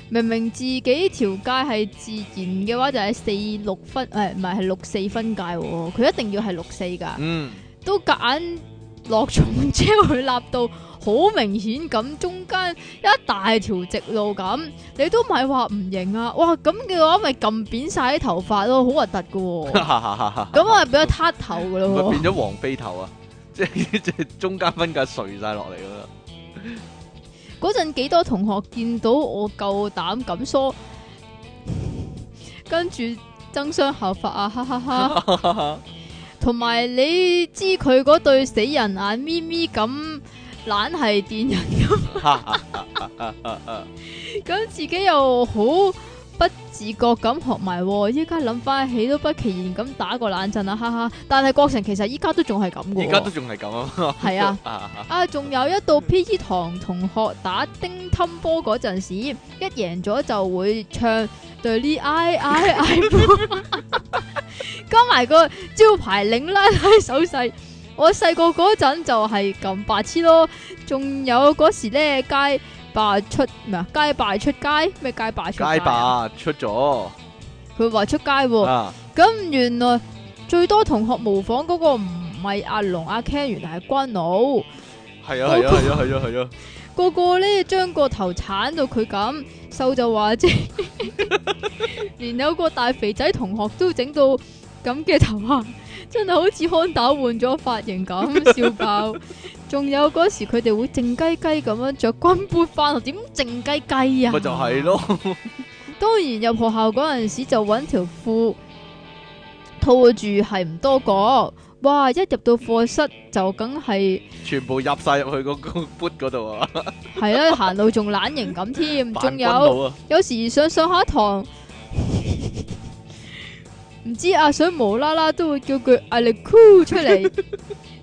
明明自己條街係自然嘅話就係四六分，誒唔係係六四分界喎，佢一定要係六四㗎。嗯，都夾硬落重車去立到好明顯咁，中間一大條直路咁，你都咪話唔型啊！哇，咁嘅話咪撳扁晒啲頭髮咯，好核突 *laughs* 噶喎！咁我係俾咗塌頭噶咪咯喎，變咗黃飛頭啊， *laughs* 即係即係中間分界垂晒落嚟咁啦，嗰陣幾多同學見到我夠膽咁梳，跟住爭相效法啊，哈哈哈！同埋你知佢嗰對死人眼咪咪咁，懶係電人。 *laughs* 咁自己又好不自覺咁學埋喎，依家諗翻起都不其然咁打個冷震啊，哈哈！但係郭成其實依家都仲係咁嘅而家都喎，仲係咁啊，係啊啊啊！仲有一到 P.E. 堂同學打乒乓波嗰陣時，一贏咗就會唱對呢 I I I，加埋個招牌領拉拉手勢。我細個嗰陣就係咁白痴咯，仲有嗰時咧街霸出咩啊？街霸出街咩？街霸出街啊街，霸出咗佢話出街喎、啊，咁原來最多同學模仿嗰個唔係阿龍阿 Ken，原來係君佬。係啊係啊係啊係啊 *laughs* 係啊，個個咧將個頭鏟到佢咁，瘦就話即係 *laughs* 連有個大肥仔同學都整到咁嘅頭啊！真係好似康打換咗髮型咁，笑爆！仲有嗰時佢哋會靜雞雞咁樣着軍杯翻學，點靜雞雞啊？咪就係。咯，當然入學校嗰陣時就揾條褲套住係唔多個，哇！一入到課室就梗係〜全部入晒入去個 *laughs* 個 boot 嗰度啊，係啦，行路仲懶型咁添， *laughs* 扮仲軍有佬啊，有時上上下堂， *laughs* 唔知阿水無啦啦都會叫句壓力 cool 出 *laughs* 嚟，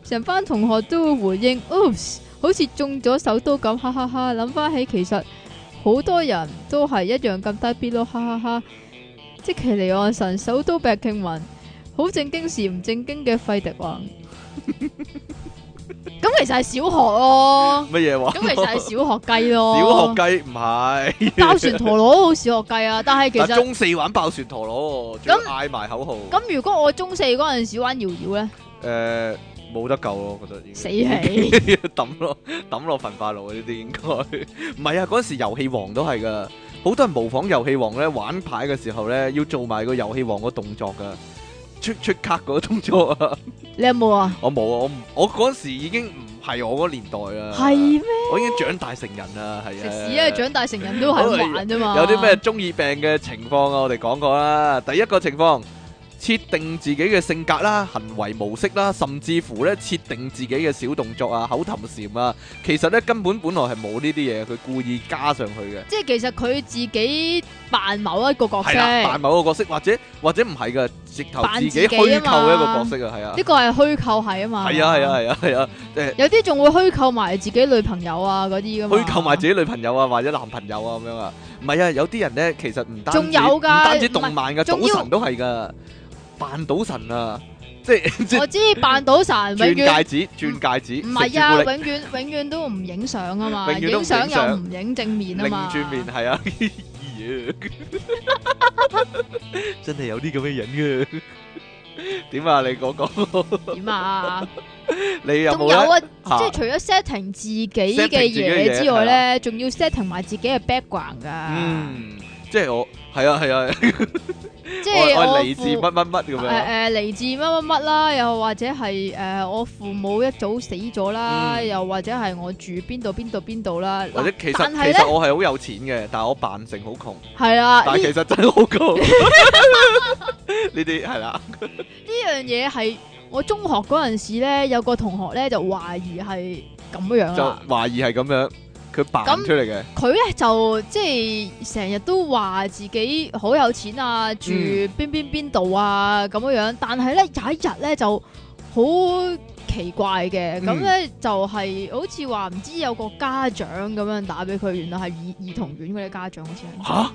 成班同學都會回應，oops，好似中咗手刀咁，哈哈哈！諗翻起其實好多人都係一樣咁低 B 咯，哈哈哈！即其離岸神手刀病勁雲，好正經時唔正經嘅費迪 *laughs* 雲，咁其實係小學咯。乜嘢話？咁其實係小學雞咯， *laughs* 小學雞唔係。爆旋陀螺都好小學雞啊！ *laughs* 但係其但實中四玩爆旋陀螺喎，仲咁要嗌埋口號，咁，如果我中四嗰陣時玩搖搖咧，誒呃冇得救咯，我覺得已經 *laughs* 死氣抌落抌落焚化爐啊呢啲應該 *laughs* 唔係啊！嗰陣時遊戲王都係噶，好多人模仿遊戲王咧玩牌嘅時候咧，要做埋個遊戲王個動作噶，出出卡嗰個動作啊！ *laughs* 你有冇啊？我冇啊，我唔我嗰陣時已經唔係我嗰年代啦，係咩？我已經長大成人啦，係食啊！屎啊！長大成人都係咁玩啫嘛。有啲咩？中二病嘅情況啊？我哋講過啦。第一個情況，設定自己嘅性格啦、行為模式啦，甚至乎咧設定自己嘅小動作啊、口頭禪啊，其實咧根本本來係冇呢啲嘢，佢故意加上去嘅。即係其實佢自己扮某一個角色係，啦，扮某個角色，或者或者唔係嘅，直頭扮自自己己虛構一個啊角嘛色啊，係啊呢，個係虛構係啊嘛。係啊，係啊，。係啊，係啊，有啲仲會虛構埋自己女朋友啊嗰啲噶嘛。 *laughs* 虛構埋自己女朋友啊，或者男朋友啊咁樣啊。唔係啊，有啲人咧其實唔單仲止有唔㗎單止唔係動漫嘅，仲賭要神都係㗎，扮賭神啊，即係即係我知扮賭神永遠轉戒指，轉戒指，唔食朱係啊，古力永遠永遠都唔影相啊嘛，永遠都唔影影相相又唔影正面啊擰嘛。轉面係 *laughs* 啊， *laughs* 真係有啲咁嘅人 *laughs* 嘅。點啊？你嗰個，點啊？你有仲冇有咧？啊，嚇即係除咗 setting 自己嘅 setting 自己嘅嘢嘢之外咧，仲要 setting 埋自己嘅 background 噶，嗯，即係我係啊係啊，即係我我我嚟自父乜乜乜咁誒樣。誒嚟自乜乜乜啦，又或者係誒我父母一早死咗啦，嗯又或者係我住邊度邊度邊度啦，或者嗱其但實係其咧實我係好有錢嘅，但係我扮成好窮，係啦，但呢係其實真係好窮。呢啲係啦，呢樣嘢係我中學嗰陣時咧，有個同學咧就懷疑係咁樣啊就啦，懷疑係咁樣，佢扮咁出嚟嘅。佢咧就即係成日都話自己好有錢啊，住嗯邊邊邊度啊咁樣樣，但係咧有一日咧就好奇怪嗯嘅，咁咧、就係好似話唔知有個家長咁樣打俾佢，原來係兒兒童院嗰啲家長好似係。吓？啊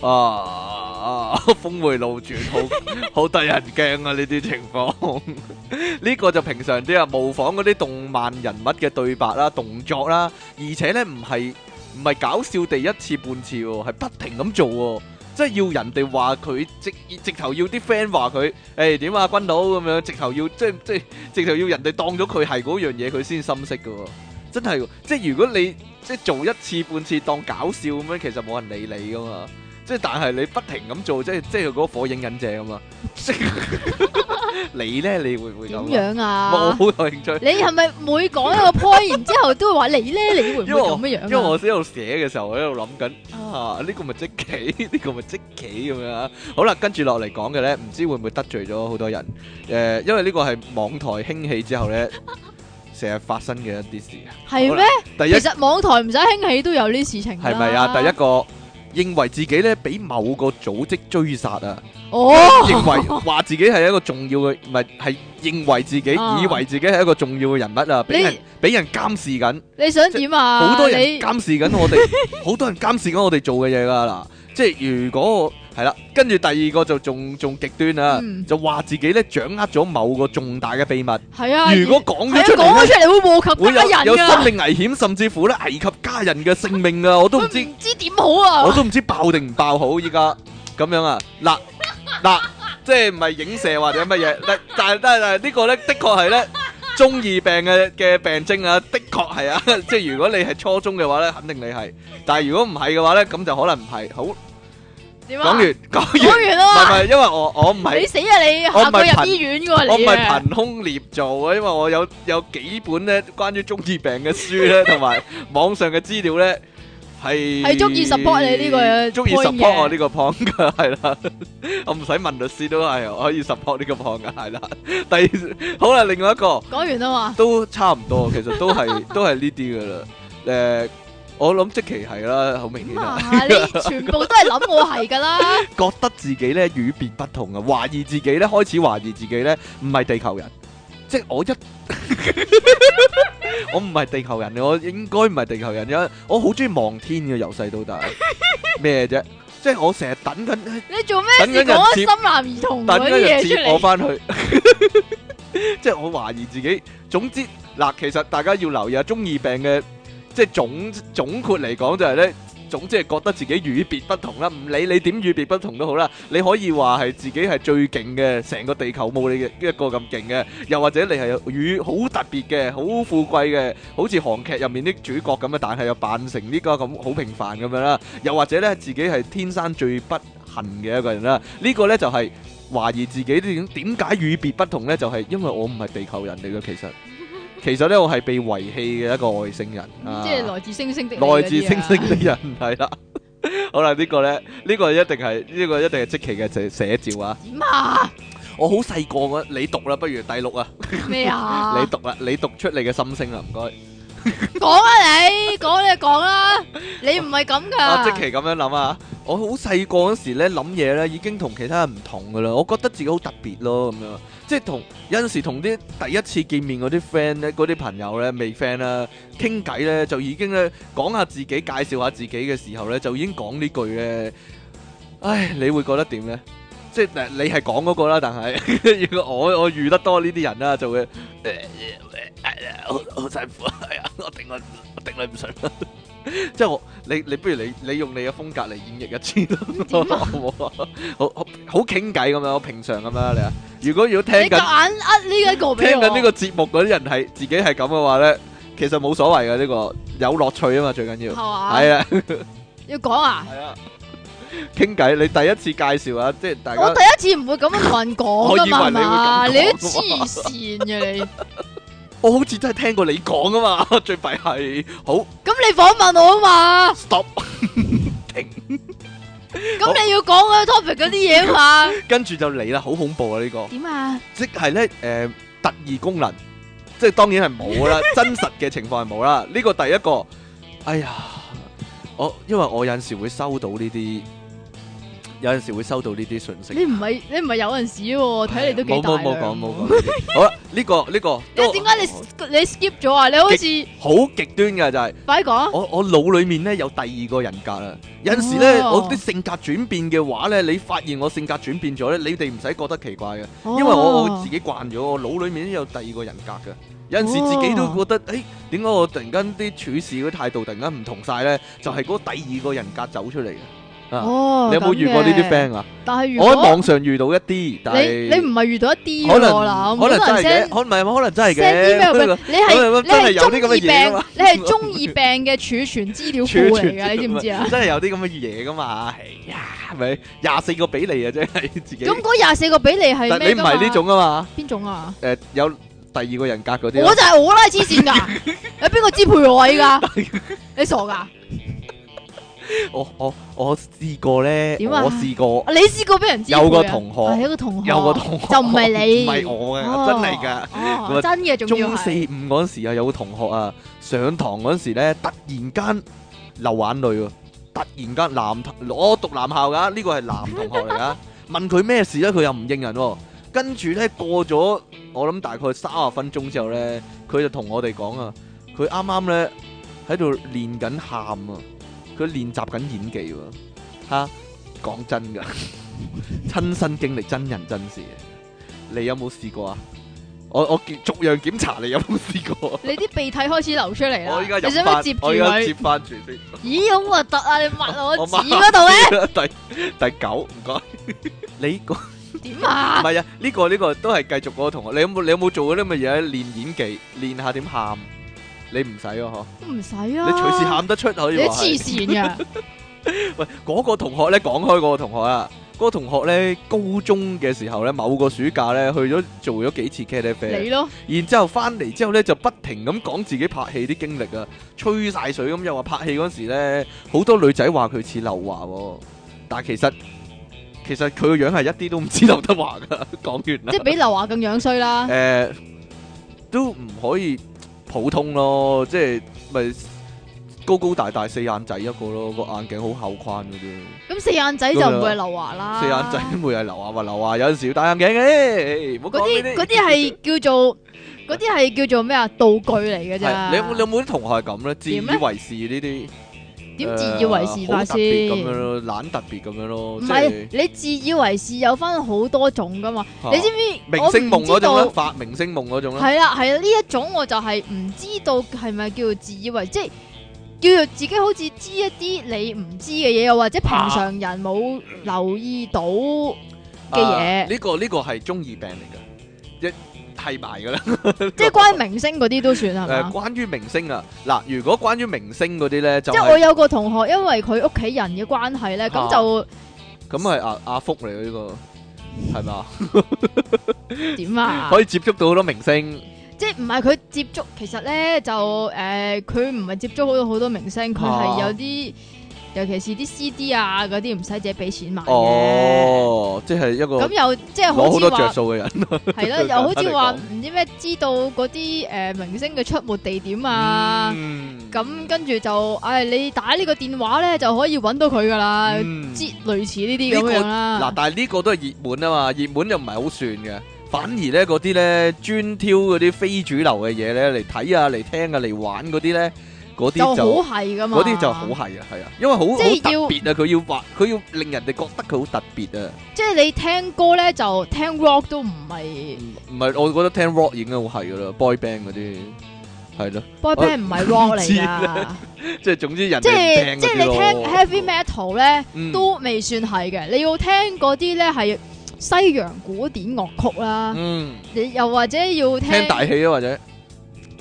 啊 *laughs* 啊！峰回路轉，好 *laughs* 好得人驚啊！呢啲情況， *laughs* 呢個就平常啲啊，模仿嗰啲動漫人物嘅對白啦、動作啦，而且呢唔係唔係搞笑地一次半次喎，係不停咁做喎，即係要人哋話佢直直頭要啲 friend 話佢，誒點啊軍佬咁樣，直頭要即係即係直頭要人哋當咗佢係嗰樣嘢，佢先心息嘅喎。真係喎，即係如果你即係做一次半次當搞笑咁樣，其實冇人理你噶嘛。即係但係你不停咁做，即係即係嗰個火影忍者咁嘛。即係 *laughs* 你咧，你會唔會點咁啊？樣我啊好？有興趣，你係咪每講一個 point，然之後都會話你咧？你會唔會因為我咁樣樣啊？哦因為我喺度寫嘅時候，我喺度諗緊啊，呢個咪即奇， *laughs* 呢個咪即奇咁樣啊。好啦，跟住落嚟講嘅咧，唔知會唔會得罪咗好多人？誒，因為呢個係網台興起之後 *laughs* 咧，成日發生嘅一啲事。係好咩啦？第一其實網台唔使興起都有呢事情㗎啦。係咪啊？第一個認為自己咧俾某個組織追殺啊，哦。認為話自己係一個重要嘅，唔係係認為自己啊以為自己係一個重要嘅人物啊，俾你人俾人監視緊，你想點啊？好多人你 *laughs* 監視緊我哋，好多人監視緊我哋做嘅嘢㗎嗱，即係如果我系啦，跟住第二個就仲仲极端啊，嗯就話自己咧掌握咗某個重大嘅秘密，系啊，如果講系啊咗出讲嚟咧，咗出嚟會禍及會家有有人生噶，命危險，甚至乎咧危及家人嘅性命啊！我都唔佢知，唔知點好 *laughs* 啊！我都唔知爆定唔爆好依家咁樣啊！嗱嗱，即係唔係影射或者乜嘢？但但但但呢個咧，的確係咧。中二病嘅嘅病徵啊，的確係啊，即係如果你係初中嘅話咧，肯定你係；但係如果唔係嘅話咧，咁就可能唔係。好， *laughs* 點啊？講完講完。講完唔係唔啦，係，因為我我唔你係死啊你！我唔係下個入貧醫院噶你啊！我唔係憑空捏造啊，因為我有有幾本咧關於中二病嘅書咧，同埋網上嘅資料咧係係足以 support 你呢個足以 point 嘅 support 我呢個 point 噶，係啦， *laughs* 我唔使問律師都係我可以 support 呢個 point 噶，係啦。 *laughs* 第二好啦，另外一個講完啦嘛，都差唔多，其實都係都係呢啲噶啦。誒、我諗即其係啦，好明顯咁啊，啊，你全部都係諗我係噶啦，覺得自己咧與別不同啊，懷疑自己咧，開始懷疑自己咧唔係地球人，即係我一 *laughs* 我唔係地球人，啊我應該唔係地球人，因為我好中意望天嘅，由細到大咩啫？即係我成日等緊你做咩等緊事人講接深藍兒童等嗰啲嗰嘢人出接我嚟？翻去， *laughs* 即係我懷疑自己。總之嗱，其實大家要留意下中二病嘅，即係總總括嚟講就係咧，總之係覺得自己與別不同啦。唔理你點與別不同都好啦，你可以話係自己係最勁嘅，成個地球冇你嘅一個咁勁嘅。又或者你係與好特別嘅、好富貴嘅，好似韓劇入面啲主角咁啊，但係又扮成呢個咁好平凡咁樣啦。又或者咧，自己係天生最不幸嘅一個人啦。呢、個呢就係、懷疑自己點點解與別不同呢？就係、因為我唔係地球人嚟嘅， *laughs* 其實其實呢，我係被遺棄嘅一個外星人啊，即係來自星星的你嗰啲啊來自星星的人係啦。 *laughs* 好啦，呢、個呢，呢、個一定係呢、個一定係即期嘅寫寫照啊！點啊？我好細個嗰，你讀啦，不如第六啊，咩啊？ *laughs* 你讀啦，你讀出你嘅心聲啦，唔該。講啊你，講你就講啦，你唔係咁啊，噶。即其咁樣諗啊！我好細個嗰時咧諗嘢咧，已經同其他人唔同噶啦。我覺得自己好特別咯，咁樣即係同有陣時同啲第一次見面嗰啲 friend 咧，嗰啲朋友咧未 friend 啦，傾偈咧就已經咧講下自己，介紹下自己嘅時候咧，就已經講呢句咧。唉，你會覺得點咧？即係 *laughs* 嗱你係講嗰個啦，但係如果我我遇得多呢啲人啦，就會誒誒誒好好辛苦，係啊， *laughs* 我頂我我頂你唔順啦。 *laughs* 即係我你你不如你你用你嘅風格嚟演繹一次 *laughs* 咯， *laughs* 點好唔好啊？好好好傾偈咁樣，平常咁樣你啊。如果如果聽你緊。夾硬呃呢一個聽俾我。緊呢個節目嗰啲人係自己係咁嘅話咧，其實冇所謂嘅呢個有樂趣啊嘛，最緊要係嘛？係啊 *laughs* 要講啊！係啊，傾偈你第一次介紹啊，即係大我家第一次唔會咁樣同人講噶我嘛，以為係你會咁嘛？講你都黐線嘅你。我好似真係聽過你講啊嘛， *laughs* 最弊係好咁你訪問我啊嘛， stop，咁你要講嗰個 topic 嗰啲嘢啊嘛。跟住就嚟啦，好恐怖啊呢個，點啊？即係咧誒特異功能，即係當然係 *laughs* 冇啦，真實嘅情況係冇啦，呢個第一個，哎呀，我因為我有陣時會收到呢啲，有陣時會收到呢啲信息。你唔係你唔係有陣時喎，睇你都幾冇大冇冇量講冇講。好啦，呢個呢個因為 *laughs* 點解你你 skip 咗啊？你好似好極端嘅就係快啲講啊！ *laughs* 我我腦裏面咧有第二個人格啦。有陣時咧，哦我啲性格轉變嘅話咧，你發現我性格轉變咗咧，你哋唔使覺得奇怪嘅，因為我我自己慣咗，我腦裏面有第二個人格嘅。有陣時自己都覺得，誒點解我突然間啲處事嗰啲態度突然間唔同晒咧？就係嗰第二個人格走出嚟嘅。啊哦，你有冇遇過呢啲咁嘅 friend 啊？但係如我喺果網上遇到一啲，但你係你唔係遇到一啲可能喎啦，可能好多真係嘅，人 send 可唔係可能真係 send 嘅。不 email 俾過你係你真係係有中啲咁二嘅嘢㗎啊嘛，病你係中二病嘅儲存資料庫嚟㗎，你知唔知啊？真係有啲咁嘅嘢噶 *laughs* 嘛？係呀，係咪廿四個比例啊？真係自己。咁嗰廿四個比例係但咩你唔㗎嘛係呢種啊嘛？邊種啊？誒，有第二個人格嗰啲啊我咯。就係我啦，黐線 *laughs* 㗎！有邊個支配我啊依家？你傻㗎？我我我試過咧，點啊我試過你試過俾人支配啊有個同學係一個同學，有個同學就唔係你唔係我哦嘅，真係㗎。啊哦真嘅仲要中四係五嗰陣時啊，有個同學啊，上堂嗰陣時咧，突然間流眼淚喎，突然間男同我讀男校噶，呢個係男同學嚟 *laughs* 噶，問佢咩事咧，佢又唔應人喎，跟住咧過咗我諗大概三十分鐘之後咧，佢就同我哋講啊，佢啱啱咧喺度練緊喊啊，佢練習緊演技喎、吓，講真噶， *laughs* 親身經歷真人真事，你有冇試過啊？我我檢逐樣檢查你有冇試過啊？你啲鼻涕開始流出嚟啦，我依家你入想唔翻想接，住我依家接佢？翻住先。咦，好核突啊！你抹落我 *laughs* 我紙嗰度咧，第 *laughs* 第九唔該，你個 *laughs* 唔點啊？係啊？呢個呢個都係繼續嗰個同學。你有冇你有冇做嗰啲咁嘅嘢練演技，練下點喊？你唔使啊，嗬！唔使啊，你隨時，喊得出可你以都話係。黐線 *laughs* 嘅，喂，嗰、個同學咧，講開嗰個同學啊，嗰、個同學咧，高中嘅時候咧，某個暑假咧，去咗做咗幾次茄喱你啡，咯，然之後翻嚟之後咧，就不停咁講自己拍戲啲經歷啊，吹晒水咁，又話拍戲嗰時咧，好多女仔話佢似劉華喎，但係其實其實佢個樣係一啲都唔似劉德華噶， *laughs* 講完即啦係，比劉華更樣衰 *laughs* 啦誒、。都唔可以普通咯，即係咪高高大大四眼仔一個咯，個眼鏡好厚框嘅啫。咁四眼仔就唔會係劉華啦。四眼仔會係流啊，話流啊，有陣時要戴眼鏡嘅，唔好嗰講啲呢嗰啲係叫做嗰啲係叫做咩啊？道具嚟嘅係啊咋？你有冇你有冇啲同學係咁咧？自以點咧為是呢啲，點自以為是誒法呃好特別咁樣先？咯，懶特別咁樣咯，唔即係係你自以為是有分好多種噶嘛？嚇你知唔知？明星夢嗰種啊咧，我唔知道發明星夢嗰種咧，係啦係啦，呢一種我就係唔知道係咪叫做自以為，即係叫做自己好似知一啲你唔知嘅嘢，又或者平常人冇留意到嗯嘅啊嘢，呢個呢個係中二病嚟㗎，一係埋㗎啦。即係關於明星嗰啲都算係誒，嘛？關於明星啊，嗱，如果關於明星嗰啲咧，就即係我係有個同學，因為佢屋企人嘅關係咧，咁啊就咁係阿阿福嚟嘅呢個，係咪啊？點啊？可以接觸到好多明星，即係唔係佢接觸，其實咧就誒，佢唔係接觸好多好多明星，佢係啊有啲，尤其是啲 CD 啊嗰啲唔使自己俾錢買嘅。哦，即係一個咁攞又即係好好似多着話數嘅人。係啦，又好似 *laughs* 話簡單嚟唔知咩知道嗰啲誒明星嘅出沒地點啊，嗯，咁跟住就唉你打呢個電話咧就可以揾到佢噶啦，嗯之類似呢啲咁樣嗱，啦。但係呢個都係熱門啊嘛，熱門又唔係好算嘅，反而咧嗰啲咧專挑嗰啲非主流嘅嘢咧嚟睇啊、嚟聽啊、嚟玩嗰啲咧，嗰就啲就好係噶嘛，嗰啲就好係啊，係啊，因為好好即特係要別啊，佢要畫，佢要令人哋覺得佢好特別啊，即係你聽歌咧就聽 rock 都唔係唔唔係，我覺得聽 rock 已經好係噶啦，boy band 嗰啲係咯， boy band 唔係 rock 知嚟㗎。即係總之人即哋係唔即聽係啊嗰你啲咯聽 heavy metal 咧嗯都未算係嘅，你要聽嗰啲咧係西洋古典樂曲啦，嗯你又或者要聽聽大戲啊，或者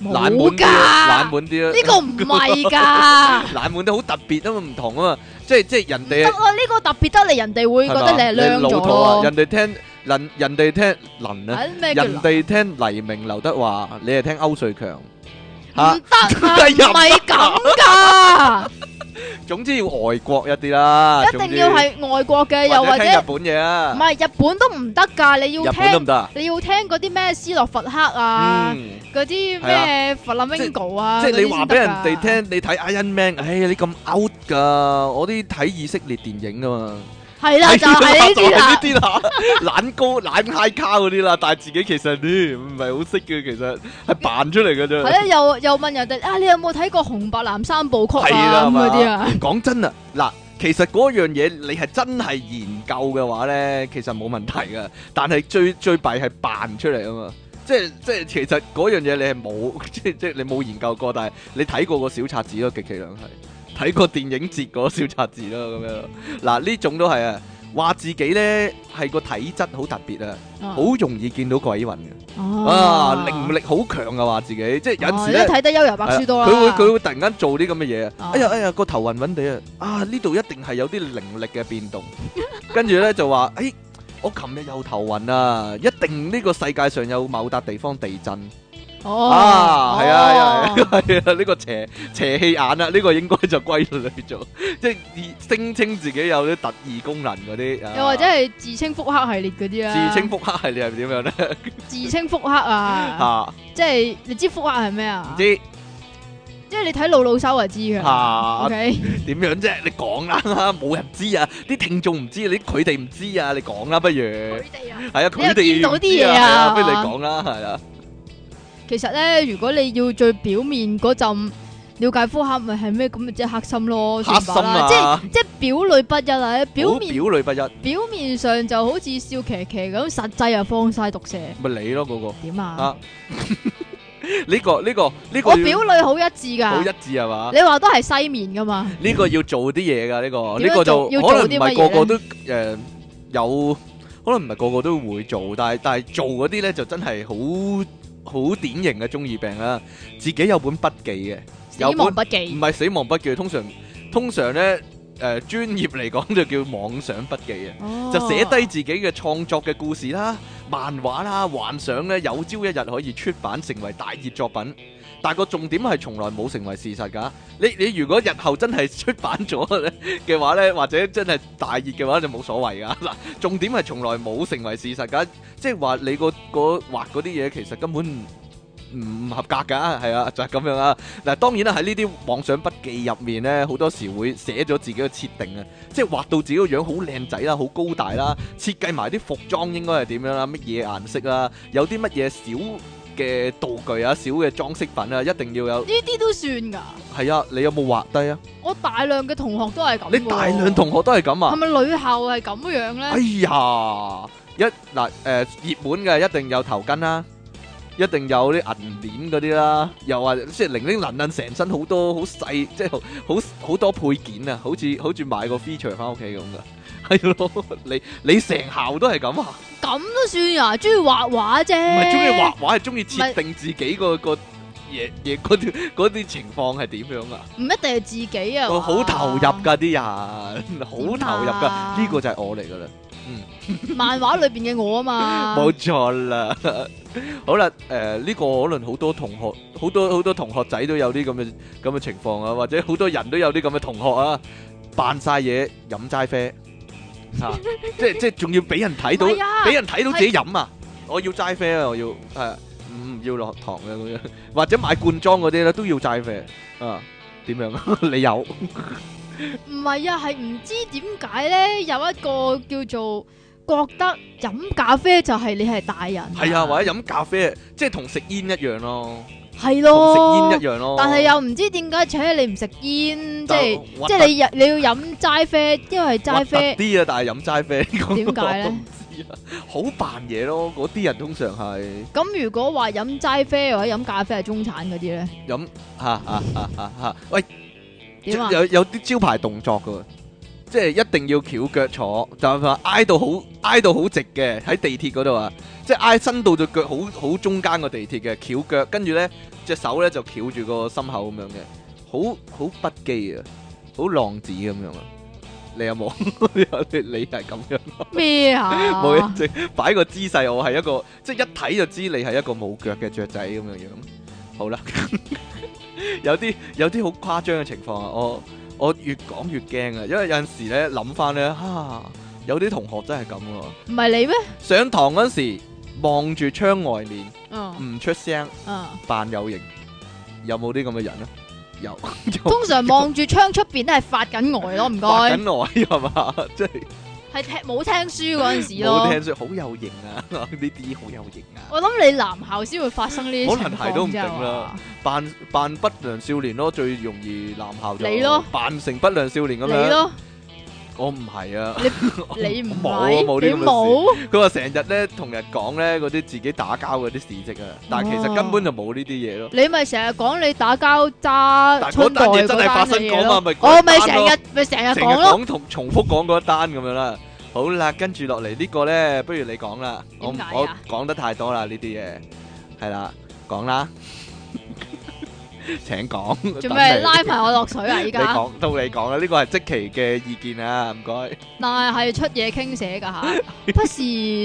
冷門冇啲啊，冷㗎，門啲啊呢。個唔係 *laughs* 㗎，冷門都好特別啊嘛，唔同啊嘛，即係即係人得哋咯，呢個特別得嚟，人哋會覺得係嘛你係老靚咗土啊，咯人。哋聽人人哋聽林啊，啊咩叫人冷哋聽黎明、劉德華，你係聽歐瑞強唔嚇得啊， *laughs* 真係啊唔係 *laughs* 咁㗎，總之要外國一啲啦，一定要係外國嘅，又者或者聽日唔本嘢啊，係日本都唔得㗎，你要日本得唔聽得啊？你要聽嗰啲咩斯洛伐克啊。嗯，嗰係啲啊咩弗拉明戈啊，即係你話話俾人哋，聽，你睇 Iron Man，唉，你咁 out 噶，我啲睇以色列電影噶嘛，係哎啦， *laughs* 就係呢啲啦，就係呢啲啦，懶高懶 high 卡嗰啲啦，但係自己其實啲唔係好識嘅，其實係扮出嚟嘅啫係。啦，又又問人哋啊，你有冇睇過紅白藍三部曲係啊啦咁嘛嗰啲啊？講真啊，嗱，其實嗰樣嘢你係真係研究嘅話咧，其實冇問題噶。但係 *laughs* 最最弊係扮出嚟啊嘛，即係即係其實嗰樣嘢你係冇， *laughs* 即係即係你冇研究過，但係你睇過個小冊子咯，極其量係睇過電影節嗰個小冊子咯，咁樣咯。嗱呢種都係啊，話自己咧係個體質好特別啊，好容易見到鬼魂嘅，啊靈力好強啊，話自己即係有陣時哦咧你。都睇得優柔啊百書多啦，佢會佢會突然間做啲咁嘅嘢啊啊！哎呀哎呀個頭暈暈地啊！啊呢度一定係有啲靈力嘅變 *laughs* 動，跟住咧就話：，誒、我琴日又頭暈啊！一定呢個世界上有某笪地方地震 *laughs* 哦啊！係啊哦係啊係啊！呢、個邪邪氣眼啊，呢、個應該就歸類做， *laughs* 即係聲稱自己有啲特異功能嗰啲，啊又或者係自稱腹黑系列嗰啲啊，自稱腹黑系列係點樣咧？自稱腹黑啊，嚇即係你知腹黑係咩唔啊？知即係你睇老老手就知嘅啊 *laughs* ，OK，點樣啫？你講啦，冇人知啊！啲聽眾唔知，你佢哋唔知啊！你講啦，不如佢。哋啊。係啊，你又佢哋見到啲唔知嘢係啊不如你講啦，係啊，其實咧，如果你要最表面嗰陣了解科考咪係咩咁咪即係黑心咯，黑心算罷啦即係啊，即係表裏不一啊！表好面表裏不一，表面上就好似笑騎騎咁，實際又放晒毒蛇，咪你咯嗰個點啊？啊，呢個呢個呢個我要表啊裏好一致好噶一，啊致係嘛？你話都係西面噶嘛？呢個要做啲嘢噶，呢個點樣呢個就做要可能做唔啲乜嘢係呢個個都誒有，可能唔係個個都會做，但係但係做嗰啲咧就真係好好典型嘅中二病啦。自己有本筆記嘅，死有亡本筆唔記，係死亡筆記，通常通常咧誒專業嚟講就叫妄想筆記啊嘅。嗯哦就寫低自己嘅創作嘅故事啦、漫畫啦、幻想咧，有朝一日可以出版成為大熱作品。但係個重點係從來冇成為事實㗎。你你如果日後真係出版咗咧嘅話咧，或者真係大熱嘅話，就冇所謂㗎。嗱，重點係從來冇成為事實㗎，即係話你個個畫嗰啲嘢其實根本唔唔合格㗎，係啊，就係、咁樣啊。嗱，當然啦，喺呢啲妄想筆記入面咧，好多時會寫咗自己嘅設定啊。即係畫到自己個樣好靚仔啦，好高大啦，設計埋啲服裝應該係點樣啦，乜嘢顏色啦，有啲乜嘢小嘅道具啊，小嘅裝飾品啊，一定要有。呢啲都算噶。係啊，你有冇畫低啊？我大量嘅同學都係咁你喎。大量同學都係咁係啊！咪女校係咁樣哎咧？呀，一嗱誒、呃熱門嘅一定有頭巾啦。一定有啲銀鏈嗰啲啦，又話即係零零能能成身好多好細，即係好好好多配件啊，好似好似買個 feature 翻屋企咁噶， *laughs* 係咯，你你成校都係咁啊！咁都算啊，中意畫畫啫。唔唔係中意畫，畫，係中意設定自己個個嘢嘢嗰啲嗰啲情況係點樣啊？唔一定係自己啊。我好投入㗎。㗎啲人，好投入㗎，啊呢個就係我嚟㗎啦，漫畫裏邊嘅我啊嘛。冇錯啦。好啦，誒呢個可能好多同學，好多好多同學仔都有啲咁嘅咁嘅情況啊，或者好多人都有啲咁嘅同學啊，扮晒嘢飲齋啡嚇，即即仲要俾人睇到唔。係啊俾。人睇到自己飲啊！我要齋啡啊！我要係啊唔唔要落糖嘅咁樣，或者買罐裝嗰啲咧都要齋啡啊？點樣 *laughs* 啊？你有唔係啊，係唔知點解咧，有一個叫做覺得飲咖啡就係你係大人。係啊？或者飲咖啡，即係同食煙一樣咯，係同咯。食煙一樣咯。但係又唔知點解，扯你唔食煙，即但係核即係你日你要飲齋啡，因為突齋啡核突啲啊！但係飲齋 *laughs* 啡點解咧咧？？好扮嘢咯，嗰啲人通常係咁如果話飲齋啡或者飲咖啡係中產嗰啲咧，飲嚇嚇嚇嚇嚇，喂！點啊？ *laughs* 有有啲招牌動作噶，即係一定要翹腳坐，就係話挨到好挨到好直嘅喺地鐵嗰度啊，即係挨伸到對腳好好中間個地鐵嘅翹腳，跟住咧隻手咧就翹住個心口咁樣嘅，好好不羈啊，好浪子咁樣啊！你有 *laughs* 冇？你你係咁樣咩 *laughs* 啊？冇嘢，即係擺個姿勢，我係一個即係一睇就知你係一個冇腳嘅雀仔咁樣樣。好啦， *laughs* 有啲有啲好誇張嘅情況啊！我我越講越驚啊，因為有陣時咧諗翻咧，哈、有啲同學真係咁喎。唔係你咩？上堂嗰時望住窗外面嗯唔出聲，嗯，扮有型，有冇啲咁嘅人啊？有，有通常望住窗出邊都係發緊 *laughs* 呆咯，唔畫緊該，我係嘛？即係係聽冇聽書嗰陣冇時聽咯。說好有型啊！ *laughs* 呢啲好有型啊！我諗你男校先會發生呢啲可情能係都唔況定啫啦嘛，扮扮不良少年咯，最容易男校就你咯扮成不良少年咁你樣。咯，我唔係啊， *laughs* 你唔冇啊冇呢咁嘅係，事你冇，佢話成日咧同人講咧嗰啲自己打交嗰啲事蹟啊，但係其實根本就冇呢啲嘢咯。你咪成日講你打交揸但春袋嗰單嘢真係發單生嘅過嘢嘛咯，咪嗰我咪單成咯日咪成成日日講咯，講同重複講嗰一單咁樣啦。好啦，跟住落嚟呢個咧，不如你講啦。我唔點解啊我講得太多啦呢啲嘢，係啦， *laughs* 講啦，請講。做等咩你拉埋我落水啊？依你家講到你講啦，呢個係即期嘅意見啊，唔該。但係出嘢傾寫噶吓，不時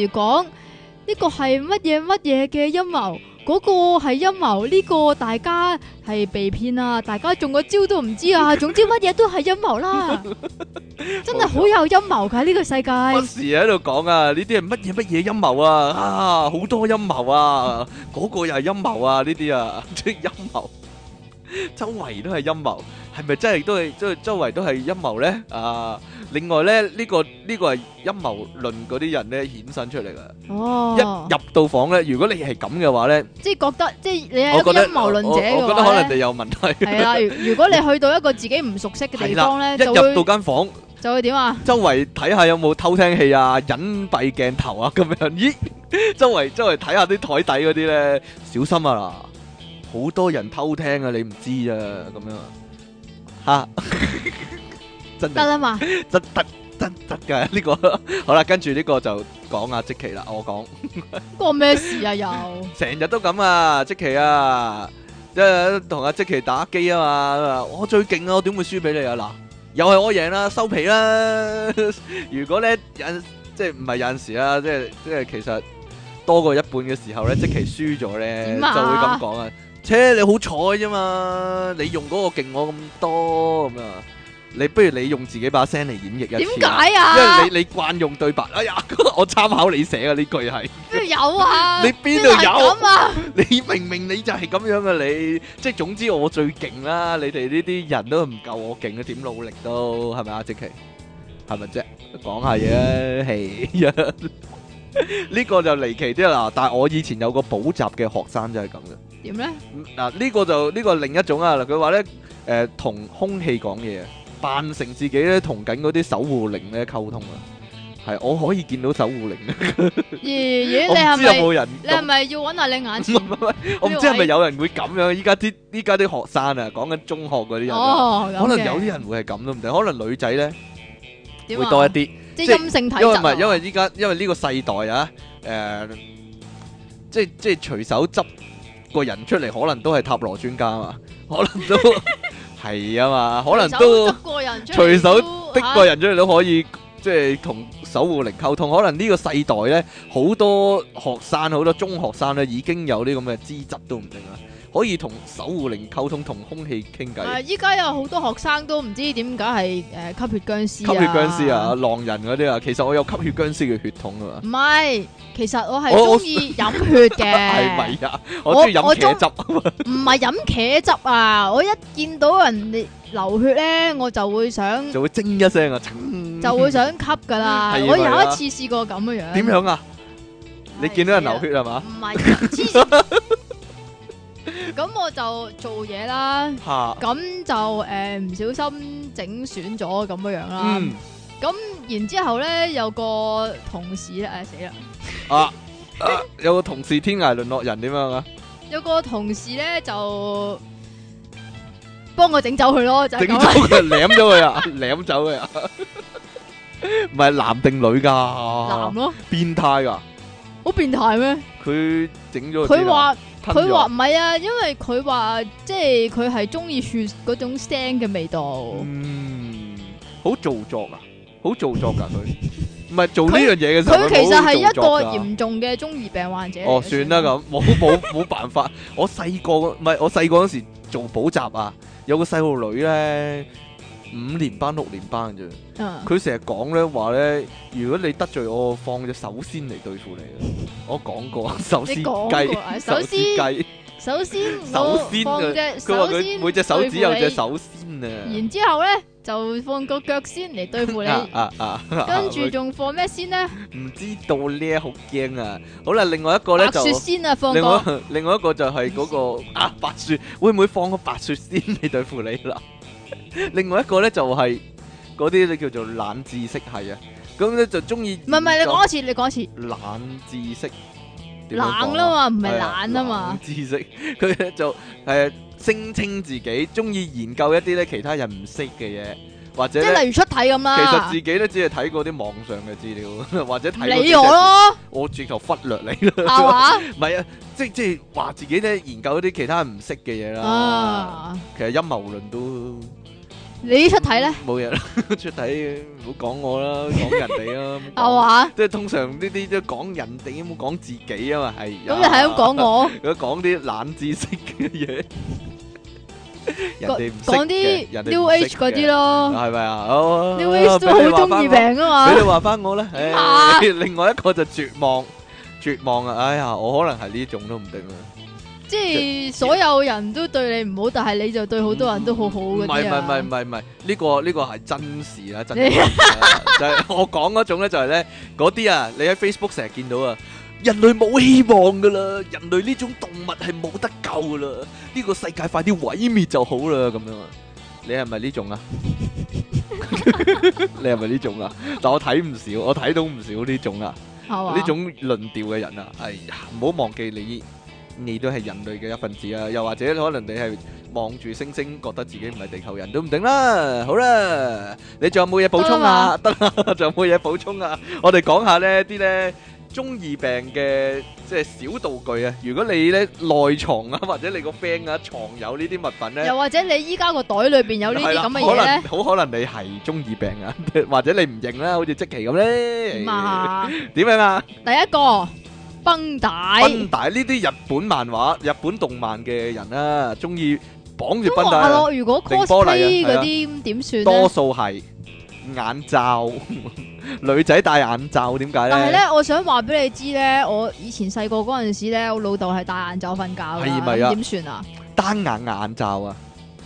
講呢個係乜嘢乜嘢嘅陰謀，嗰、個係陰謀，呢、個大家係被騙啊，大家中個招都 *laughs* 唔知啊，總之乜嘢都係陰謀啦，真係好有陰謀噶呢個世不界，時喺度講啊，呢啲係乜嘢乜嘢陰謀啊，啊好多陰謀啊， *laughs* 嗰、個又係陰謀啊，呢啲啊，即係陰謀，周圍都係陰謀。係咪真係都係周周圍都係陰謀咧？啊，另外咧呢、呢個呢、個係陰謀論嗰啲人咧衍生出嚟噶。一哦，入到房咧，如果你係咁嘅話咧，即係覺得，即係你係我一個覺得陰謀論者我我嘅覺得可話能咧，你有問題。係啦。如如果你去到一個自己唔熟悉嘅地係方啦，*laughs* 咧，一就入會到間房，就會 *laughs* 點啊？周圍睇下有冇偷聽器啊、隱蔽鏡頭啊咁樣。咦，周圍周圍睇下啲台底嗰啲咧，小心啊啦！好多人偷聽啊，你唔知啊，咁樣啊，吓 *laughs* 真得係啦嘛，真得真得㗎呢個。好啦，跟住呢個就講啊，即期啦，我講。關我咩事啊？又成日都咁啊，即奇啊，即係同阿即奇打機啊嘛，我最勁啊，我點會輸俾你啊？嗱，又係我贏啦， *laughs* 收皮啦！如果咧有陣即係唔係有陣時啊，即係即係其實多過一半嘅時候咧，即奇輸咗咧點就會啊咁講啊，切你好彩啫嘛，你用嗰個勁我咁多咁啊，你不如你用自己把聲嚟演繹一點次啊，解啊？因為你你慣用對白，哎呀， *laughs* 我參考你寫嘅呢句係。邊度有啊？你邊度有邊係咁啊？你明明你就係咁樣嘅你，即係總之我最勁啦！你哋呢啲人都唔夠我勁啊，點努力都係咪啊？即奇係咪啫？講下嘢啊，係呀 *laughs* 呢個就離奇啲啦！但係我以前有個補習嘅學生就係咁嘅。點咧？嗯嗱，呢個就呢個另一種啊！嗱佢話咧，誒、同空氣講嘢，扮成自己咧同緊嗰啲守護靈咧溝通啊！係，我可以見到守護靈啊，咦咦，我你係唔知有咪冇人你咁係咪要揾下你眼前？我唔知係咪有人會咁樣，依家啲依家啲學生啊，講緊中學嗰啲人啊，哦，咁可能嘅有啲人會係咁都唔定，可能女仔咧會點啊多一啲，即即係係陰性體因質為啊。唔係因為依家因為呢個世代啊，誒，即係即係隨手執個人出嚟，可能都係塔羅專家啊嘛，可 *laughs* 能都係啊嘛，可能都隨手執個人出嚟隨手都的個人出嚟都可以。即係同守護靈溝通，可能呢個世代咧，好多學生、好多中學生咧已經有啲咁嘅資質都唔定啦，可以同守護靈溝通，同空氣傾偈。啊！依家有好多學生都唔知點解係誒吸吸血僵屍血僵屍啊、！狼人嗰啲啊，其實我有吸血僵屍嘅血統啊嘛，唔係，其實我係我中意飲血嘅，係咪啊？我我中意飲我茄中汁啊嘛，唔係飲茄汁啊！我一見到人哋流血咧，我就會想就會精一聲 *laughs* 啊，噌就會想吸噶啦。係我有咪啊一次試過咁嘅樣，點樣啊？唉？你見到人死啦流血係啊嘛？唔係黐 *laughs* 線，咁我就做嘢啦。嚇，咁就誒唔小心整損咗咁樣樣啦。嗯咁然之後咧，有個同事咧，誒死啦！啊啊有個同事天涯淪落人點樣啊？有個同事咧就幫我整走佢 *laughs* 咯，就係整咁走啦。佢，啊舐咗佢啊，舐走佢啊！唔係男定女啊男㗎，咯，變態㗎，好變態咩？佢整咗佢話話佢話唔係啊，因為佢話即係佢係中意雪嗰種腥嘅味道。嗯，好做作啊，好做作噶佢，唔係做呢樣嘢嘅時候，佢其實係一個個嚴重嘅中二病患者嚟嘅。哦，算啦咁，冇冇冇辦法。我細個唔係我細個嗰時做補習啊，有個細路女咧五年班六年班啫，嗯。佢成日講咧話咧，如果你得罪我，我放隻手先嚟對付你啊。我講 *laughs* 過手撕你雞講 *laughs* 過啊，手首撕先雞，首先首我先啊放隻佢話首佢先每隻手指有對付隻你，手先啊然之後咧就放個腳先嚟對付你，啊啊啊！啊跟住仲放咩先咧？唔知道咧，好驚啊！好啦，另外一個咧白就雪，先啊，放另外個另外一個就係嗰、個啊白雪，會唔會放個白雪先嚟對付你啦？ *laughs* 另外一個咧就係嗰啲你叫做冷知識係啊，咁咧就中意唔係唔係，你講一次，你講一次，冷知識點樣講啊冷啦嘛，唔係係懶啊嘛冷，知識 *laughs* 佢咧就誒聲稱自己中意研究一啲咧其他人唔識嘅嘢，或者即咧係例如出體咁其實啦自，己咧只係睇過啲網上嘅資料， *laughs* 或者睇唔過理啲我咯，我直頭忽略你啦，*laughs* *laughs* 係嘛唔係啊，即即係話自己咧研究一啲其他人唔識嘅嘢啦。啊？其實陰謀論都你出體咧冇嘢啦， *laughs* 出體唔好講我啦，講人哋啦，唔係好講嘛？即係通常呢啲都講人哋，冇講自己啊嘛，係。咁你係咁 *laughs* 講我，如果講啲冷知識嘅嘢， *laughs* 人哋唔識講嘅人啲哋 New 唔識 Age 嗰啲嘅咯係咪啊？好，New Age 俾你都話返好中我二病啊俾你嘛，話翻我啦，*laughs* 點啊唉，另外一個就絕望，絕望啊！哎呀，我可能係呢種都唔定啦，即係所有人都對你唔好，但係你就對好多人都好好唔係嗰唔啲係啊唔係唔係唔係，呢個呢個係真事 *laughs* 啦，真嘅就係我講嗰種咧，就係咧嗰啲啊，你喺 Facebook 成日見到啊，人類冇希望噶啦，人類呢種動物係冇得救噶啦，呢個世界快啲毀滅就好啦，咁樣啊，你係咪呢 *laughs* 種啊？你係咪呢種啊？但我睇唔少，我睇到唔少呢種啊，係嘛？呢種論調嘅人啊，哎呀，唔好忘記你，你都係人類嘅一份子啊，又或者可能你係望住星星，覺得自己唔係地球人都唔定啦。好啦，你仲有冇嘢補充啊？ *laughs* 得啦，仲有冇嘢補充啊？我哋講下呢啲呢中二病嘅即係小道具啊。如果你呢內藏啊， *laughs* 或者你個 friend 啊藏有呢啲物品呢。又或者你依家個袋裏邊有呢係啲啦咁嘅可嘢能咧，好可能你係中二病啊，或者你唔認啦，好似即期咁咧點。啊？點樣啊？第一個绷帶，绷带呢啲日本漫畫、日本動漫嘅人啦、中意綁住咁绷話帶，啊咯，如果定玻璃啊 cosplay 係嗰啊啲咁點算多咧？數係眼罩。 *laughs* 女仔戴眼罩點解但係咧？咧，我想話俾你知咧，我以前細個嗰陣時咧，我老豆係戴眼罩瞓覺㗎係咪啊咁點算啊？單眼嘅眼罩啊，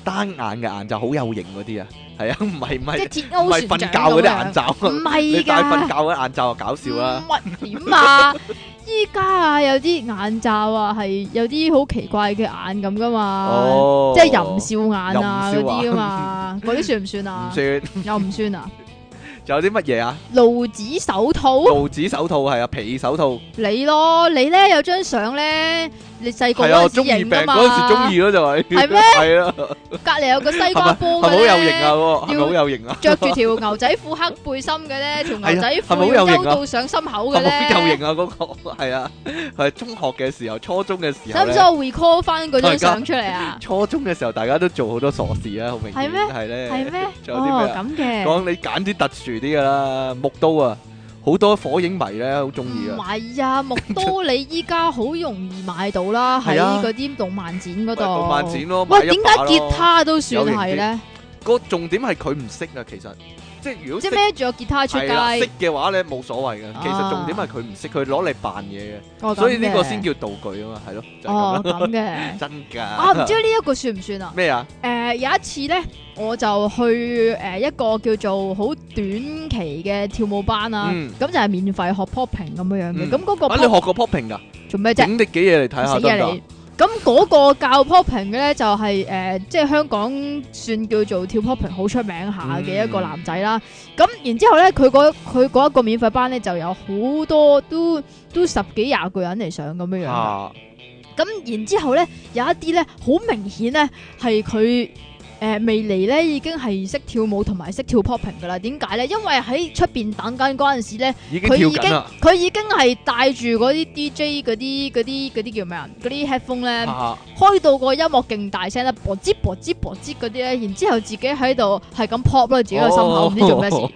單眼嘅眼罩好有型嗰啲啊，係啊，唔係唔即係係鐵唔鈎係瞓船覺長嗰咁啲眼樣，罩唔啊， *laughs* 你係戴瞓㗎覺。嘅眼罩就搞笑啦。唔嗯係點啊？ *laughs* 依家啊，有啲眼罩啊，係有啲好奇怪嘅眼咁噶嘛，哦，即係淫笑眼啊嗰淫笑啊啲 *laughs* 噶嘛，嗰啲算唔算啊唔？算。又唔算啊？仲有啲乜嘢啊？露指手套，露指手套係啊，皮手套你咯，你咧有張相咧，你細個係啊，嗰我陣時中二病影噶嘛，嗰陣時中意咯就係。係咩係啊。隔離有個西瓜波係咪好嘅有型啊？咧。嗰個係咪要好有型啊？着住條牛仔褲黑背心嘅咧，條牛仔 *laughs* 係啊係咪好褲有型啊要勾到上心 *laughs* 口嘅係咪好有咧，型啊？嗰個係啊，係中學嘅時候、初中嘅時候使唔使咧，我 recall 翻嗰張相出 *laughs* 嚟啊？初中嘅時候大家都做好多傻事啊，好明顯係咩係咧，係咩？仲有啲哦咩，啊咁嘅。講你揀啲特殊啲噶啦，木刀啊，好多火影迷咧好中意唔啊。係啊，木刀你依家好容易買到 *laughs* 啦，喺係啊嗰啲動漫展嗰咪度。動漫展咯，喂，買一點把解咯吉？他都算係咧？個重點係佢唔識啊，其實即係如果即識係孭住個吉他出係啦，識街，嘅話咧冇所謂嘅。其實啊重點係佢唔識，佢攞嚟扮嘢嘅，哦所以呢個咁嘅先叫道具啊嘛，係咯，就係咁哦啦，*laughs* 咁嘅。真㗎。啊，唔知呢一個算唔算啊？咩啊？誒，有一次咧，我就去誒一個叫做好短期嘅跳舞班啊，嗯咁就係免費學 popping 咁樣樣嗯嘅。咁嗰個啊，你 pop- 學過 popping 㗎？做咩啫？整啲幾嘢嚟睇下死得唔嘢得你！咁嗰個教 popping 嘅咧，就係、呃即係香港算叫做跳 popping 好出名下嘅一嗯個男仔啦。咁、然之後咧，佢嗰佢嗰一個免費班咧，就有好多都都十幾廿個人嚟上咁樣樣嘅。啊？咁、然之後咧，有一啲咧，好明顯咧係佢。誒未嚟咧已經係識跳舞同埋識跳 popping 噶啦，點解咧？因為喺出邊等緊嗰陣時咧，已經佢跳已緊經啦，佢已經係戴住嗰啲 DJ 嗰啲嗰啲嗰啲叫咩啊？嗰啲 headphone 咧。啊開到個音樂勁大聲啦，啵吱啵吱啵吱嗰啲咧，然之後自己喺度係咁 pop 咯，自己個心口唔知做咩事。事。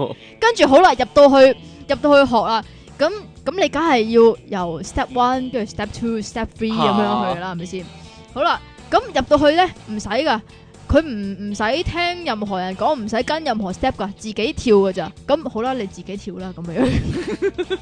跟住好啦，入到去入到去學啦，咁咁你梗係要由 step one 跟住 step two、step three 咁樣去啦，係咪先？好啦，咁入到去咧唔使噶，佢唔唔使聽任何人講，唔使跟任何 step 噶，自己跳噶咋。咁好啦，你自己跳啦，咁樣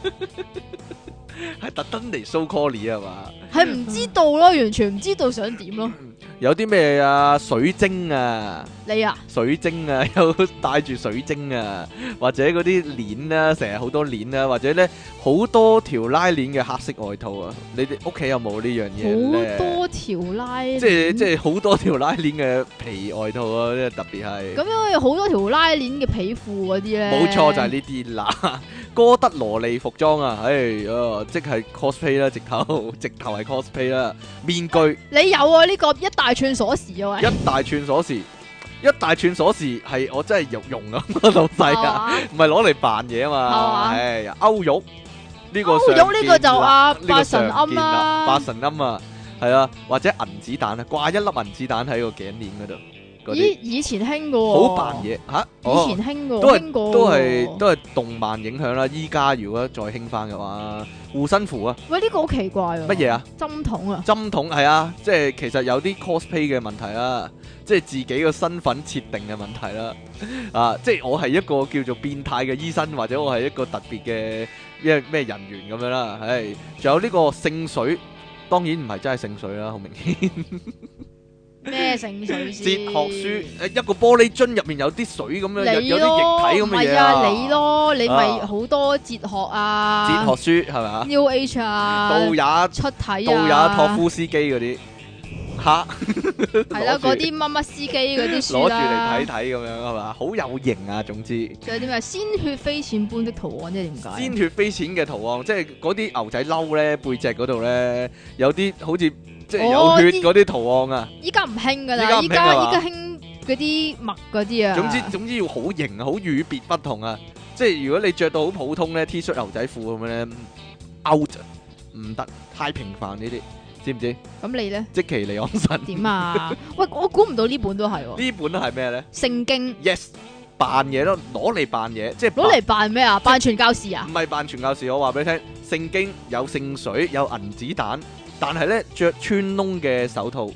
係 *laughs* 特登嚟 so call 啊嘛？係唔知道咯，完全唔知道想點咯。嗯有啲咩啊？水晶啊， *laughs* 你啊，水晶啊，有帶住水晶啊，或者嗰啲鏈啊，成日好多鏈啊，或者咧好多條拉鏈嘅黑色外套啊，你哋屋企有冇呢樣好嘢咧？多條拉鏈，即係即係好多條拉鏈嘅皮外套啊，即係特別係。咁因為好多條拉鏈嘅皮褲嗰啲咧，冇錯，就係呢啲啦。 *laughs* 哥德羅莉服裝啊，唉、啊即係 cosplay 啦，直頭 *laughs* 直頭係 cosplay 啦。面具你有啊？呢、個一大串鎖匙啊，喂，一大串鎖匙，一大串鎖匙係我真係肉用啊， *laughs* 老細啊， *laughs* 啊，唔係攞嚟扮嘢啊係嘛。嘛唉呀，歐玉呢個哦歐常玉見哦呢個就啦啊呢個八神常見庵啦八神庵啊，係啊，或者銀子彈啊，掛一粒銀子彈喺個頸鏈嗰度，嗰啲咦，以前興嘅喎，好扮，嘢嚇。哦以前興嘅都喎，係興過喎，都係都係動漫影響啦。依家如果再興翻嘅話，護身符啊，喂，呢、個好奇怪啊，乜嘢啊？針筒啊，針筒係啊，即係其實有啲 cosplay 嘅問題啦，即係自己個身份設定嘅問題啦。啊，即係我係一個叫做變態嘅醫生，或者我係一個特別嘅咩咩人員咁樣啦。唉，仲有呢個聖水當然唔係真係聖水啦，好明顯。咩聖 *laughs* 水哲先？學書誒一個玻璃樽入面有啲水咁樣，有你有啲液體咯，咁唔嘅嘢係啊，你。咯，你啊咪好多哲學啊，哲學書係咪啊？ New Age 啊，道也出體道啊，也托夫斯基嗰啲嚇，係啦，攞住嗰啲乜乜司機嗰啲攞書住啊嚟啦，睇睇咁樣係嘛？好有型啊！總之。仲有啲咩鮮血飛濺般的圖案啫？點解？鮮血飛濺嘅圖案，即係嗰啲牛仔褸咧，背脊嗰度咧有啲好似即係哦有血啲嗰啲圖案啊。依家唔興噶依家啦，唔興依家係嘛依家興嗰啲墨嗰啲啊。 *laughs* 總之總之要好型啊，好與別不同啊！即係如果你着到好普通咧 T 恤牛仔褲咁樣咧嗯，out 啊唔得，太平凡呢啲，知唔知？咁你咧即其尼昂神點啊？ *laughs* 喂，我估唔到呢本都係喎，呢啊本係咩咧聖經？Yes，扮嘢咯，攞嚟扮嘢，即係攞嚟扮咩啊？扮傳教士 *laughs* 啊？唔係扮傳教士，我話俾你聽，聖經有聖水，有銀子彈，但係咧着穿窿嘅手套，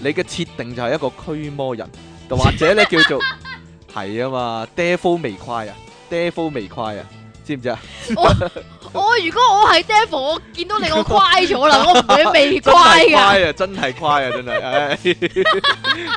你嘅設定就係一個驅魔人，又或者咧叫 *laughs* 做係啊嘛，devil 微快啊，devil 微快啊，知唔 *laughs* 知啊？我哦如果我係 devil，我見到你我乖 *laughs* 咗啦，我唔會未真乖係噶。乖啊，真係乖啊，真係，唉， *laughs*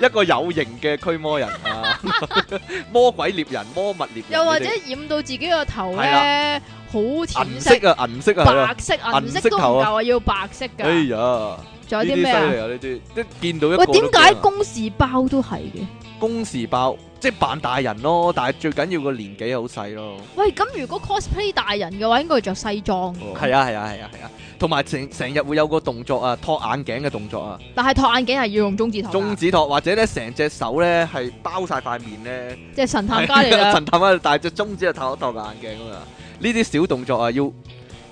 一個有型嘅驅魔人啊， *laughs* 魔鬼獵人、魔物獵人，又或者染到自己個頭係啊咧，好銀淺色、色啊，銀色啊，係啊白色、銀銀色色都唔頭啊夠啊，要白色哎㗎。呀，仲呢啲犀有啲利咩啊？啊，呢啲即係見到一個喂，都點驚啊解公事包都係嘅？公時爆，即係扮大人咯，但係最緊要個年紀好細咯。喂，咁如果 cosplay 大人嘅話，應該係着西裝嘅喎。係啊係啊係啊係啊，同埋成成日會有個動作啊，托眼鏡嘅動作啊，但係托眼鏡係要用中指托㗎，中指托或者咧成隻手咧係包晒塊面咧，即係神探家 *laughs* 嚟啦。神探啊，但係隻中指就托一托個眼鏡咁啊。呢啲小動作啊，要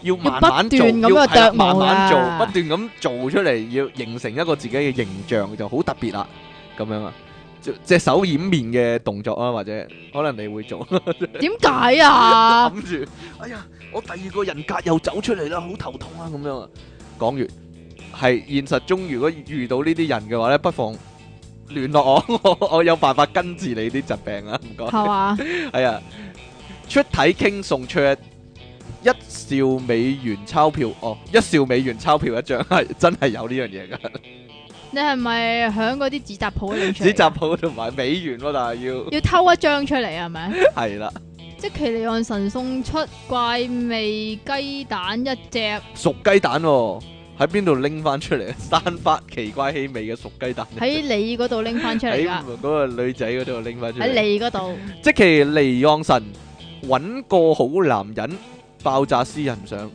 要慢慢做，要要不斷咁樣啊係啦啊啄毛慢慢做，㗎不斷咁做出嚟，要形成一個自己嘅形象就好特別啦。咁樣啊，隻隻手掩面嘅動作啊，或者可能你會做。點解 *laughs* 啊？諗住，哎呀，我第二個人格又走出嚟啦，好頭痛啊，咁樣啊。講完，係現實中如果遇到呢啲人嘅話咧，不妨聯絡我，我 *laughs* 我有辦法根治你啲疾病啊，唔該。係嘛？係啊，出體傾送出一兆美元鈔票，哦，一兆美元鈔票一張， *laughs* 係真係有呢樣嘢噶，你係咪響嗰啲紙紮鋪拎出嚟紙㗎？紮鋪同埋美元咯，但係要要偷一張出嚟啊係咪？係啦，即其利岸神送出怪味雞蛋一隻，熟雞蛋喎，喺邊度拎翻出嚟？ *laughs* 散發奇怪氣味嘅熟雞蛋。喺你嗰度拎翻出嚟喺㗎，嗰個女仔嗰度拎翻出喺嚟。你嗰度。即其尼昂神揾個好男人，爆炸私人相，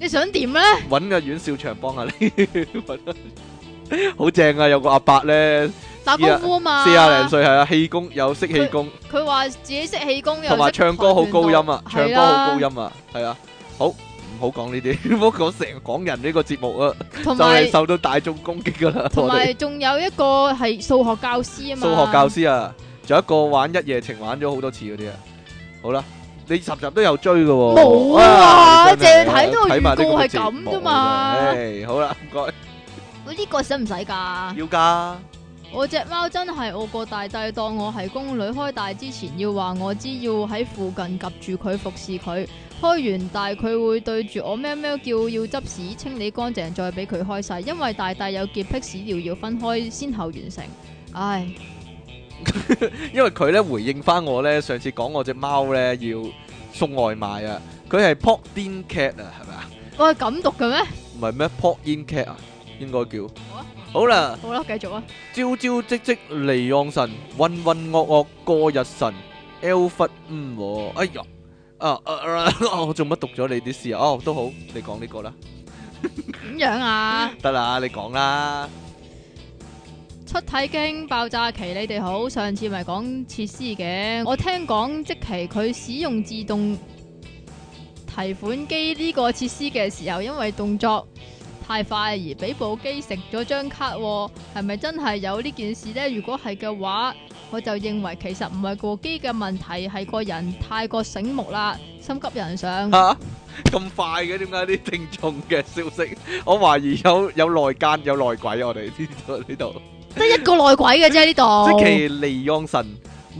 你想點咧？揾個阮兆祥 *laughs* 幫下你，揾好正啊！有個阿伯咧，打功夫嘛，四廿零歲係啊，氣功有識氣功，佢話自己識氣功，又同埋識唱歌好高音啊，唱跆拳歌道好高，音啊，係啊，好唔好講呢 *laughs* 啲？唔好講成港人呢個節目啊，係啦同就係埋受到大眾攻擊噶啦，同我哋。埋仲有一個係數學教師啊嘛，數學教師啊，仲有一個玩一夜情玩咗好多次嗰啲啊。好啦，你十集都有追嘅喎。冇啊哇你真係淨係睇到睇埋呢個預告係節目咁啫嘛啊真係唉好啦，唔該，喂呢個使唔使㗎？要㗎。我只貓真係我個大帝當我係宮女，開大之前要話我知要喺附近及住佢服侍佢，開完大佢會對住我喵喵叫要執屎清理乾淨再俾佢開晒，因為大帝有潔癖屎尿要分開先後完成。唉，因為佢咧回應翻我咧，上次講我只貓咧要送外賣啊，佢係 p o d i n cat 啊，係咪啊？我係咁讀嘅咩？唔係咩 p o d i n cat 啊，應該叫好啊。好啦。好啦，繼續啊！朝朝夕夕離岸神，渾渾噩噩過日神。Alpha 嗯喎，哎呀，啊啊 *laughs* 啊！我做乜讀咗你啲詩啊？哦，都好，你講呢個啦，點樣啊？得啦，你講啦。出體經爆炸期，你哋好。上次咪講設施嘅，我聽講即期佢使用自動提款機呢個設施嘅時候，因為動作太快而俾部機食咗張卡、喎，係咪真係有呢件事呢？如果係嘅話，我就認為其實唔係部機嘅問題，係個人太過醒目啦，心急人上。吓咁快嘅，點解啲聽眾嘅消息？我懷疑有有內奸有內鬼，我哋呢度呢度。得一個內鬼嘅啫，呢度。即其離岸神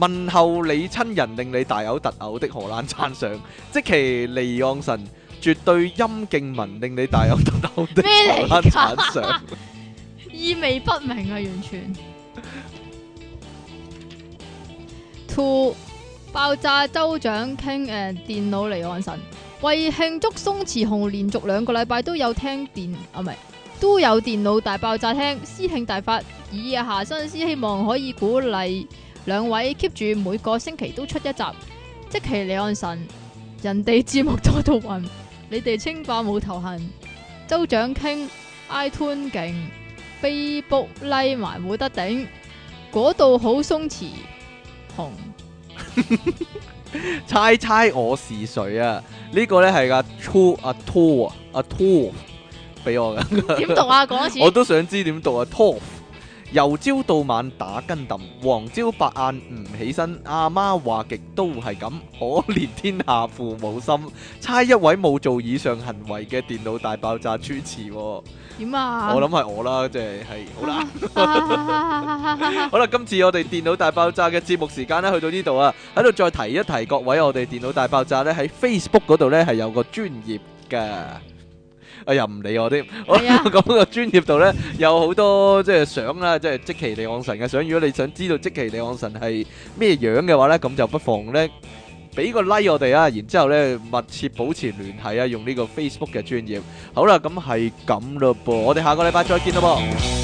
問 *laughs* 候你親人，令你大有特有的荷蘭讚賞。即其離岸神絕對陰勁文，令你大有特有的咩嚟㗎荷蘭產 *laughs* 相。意味不明啊，完全。Two 爆炸州呃長傾诶電腦離岸神，為慶祝宋慈紅連續兩個禮拜都有聽電啊，唔係都有電腦大爆炸聽，師兄大發以下新思，希望可以鼓勵兩位 keep 住每個星期都出一集，即其離岸神，人哋節目多到暈，你哋清霸冇頭痕，州長傾 iTune 勁。Facebook 拉埋冇得頂，嗰度好鬆弛，紅猜猜我是誰啊？呢個呢係阿 Two 阿 Two 啊阿 Two 俾我嘅，點讀啊？講一次，我都想知點讀啊 Two。由朝到晚打筋揼，黃朝白晏唔起身，阿媽話極都係咁，可憐天下父母心。猜一位冇做以上行為嘅電腦大爆炸主持喎、點啊？我諗係我啦，即係係好啦。*laughs* 啦，好啦，今次我哋電腦大爆炸嘅節目時間咧，去到呢度啊，喺度再提一提各位，我哋電腦大爆炸咧喺 Facebook 嗰度咧係有個專業嘅。哎呀，唔理我添，好係啊 *laughs* 咁個專業度咧有好多即係相啦，即係即其利昂神嘅相。如果你想知道即其利昂神係咩樣嘅話咧，咁就不妨咧俾個 like 我哋啊，然之後咧密切保持聯繫啊，用呢個 Facebook 嘅專業。好啦，咁係咁咯噃，我哋下個禮拜再見咯噃。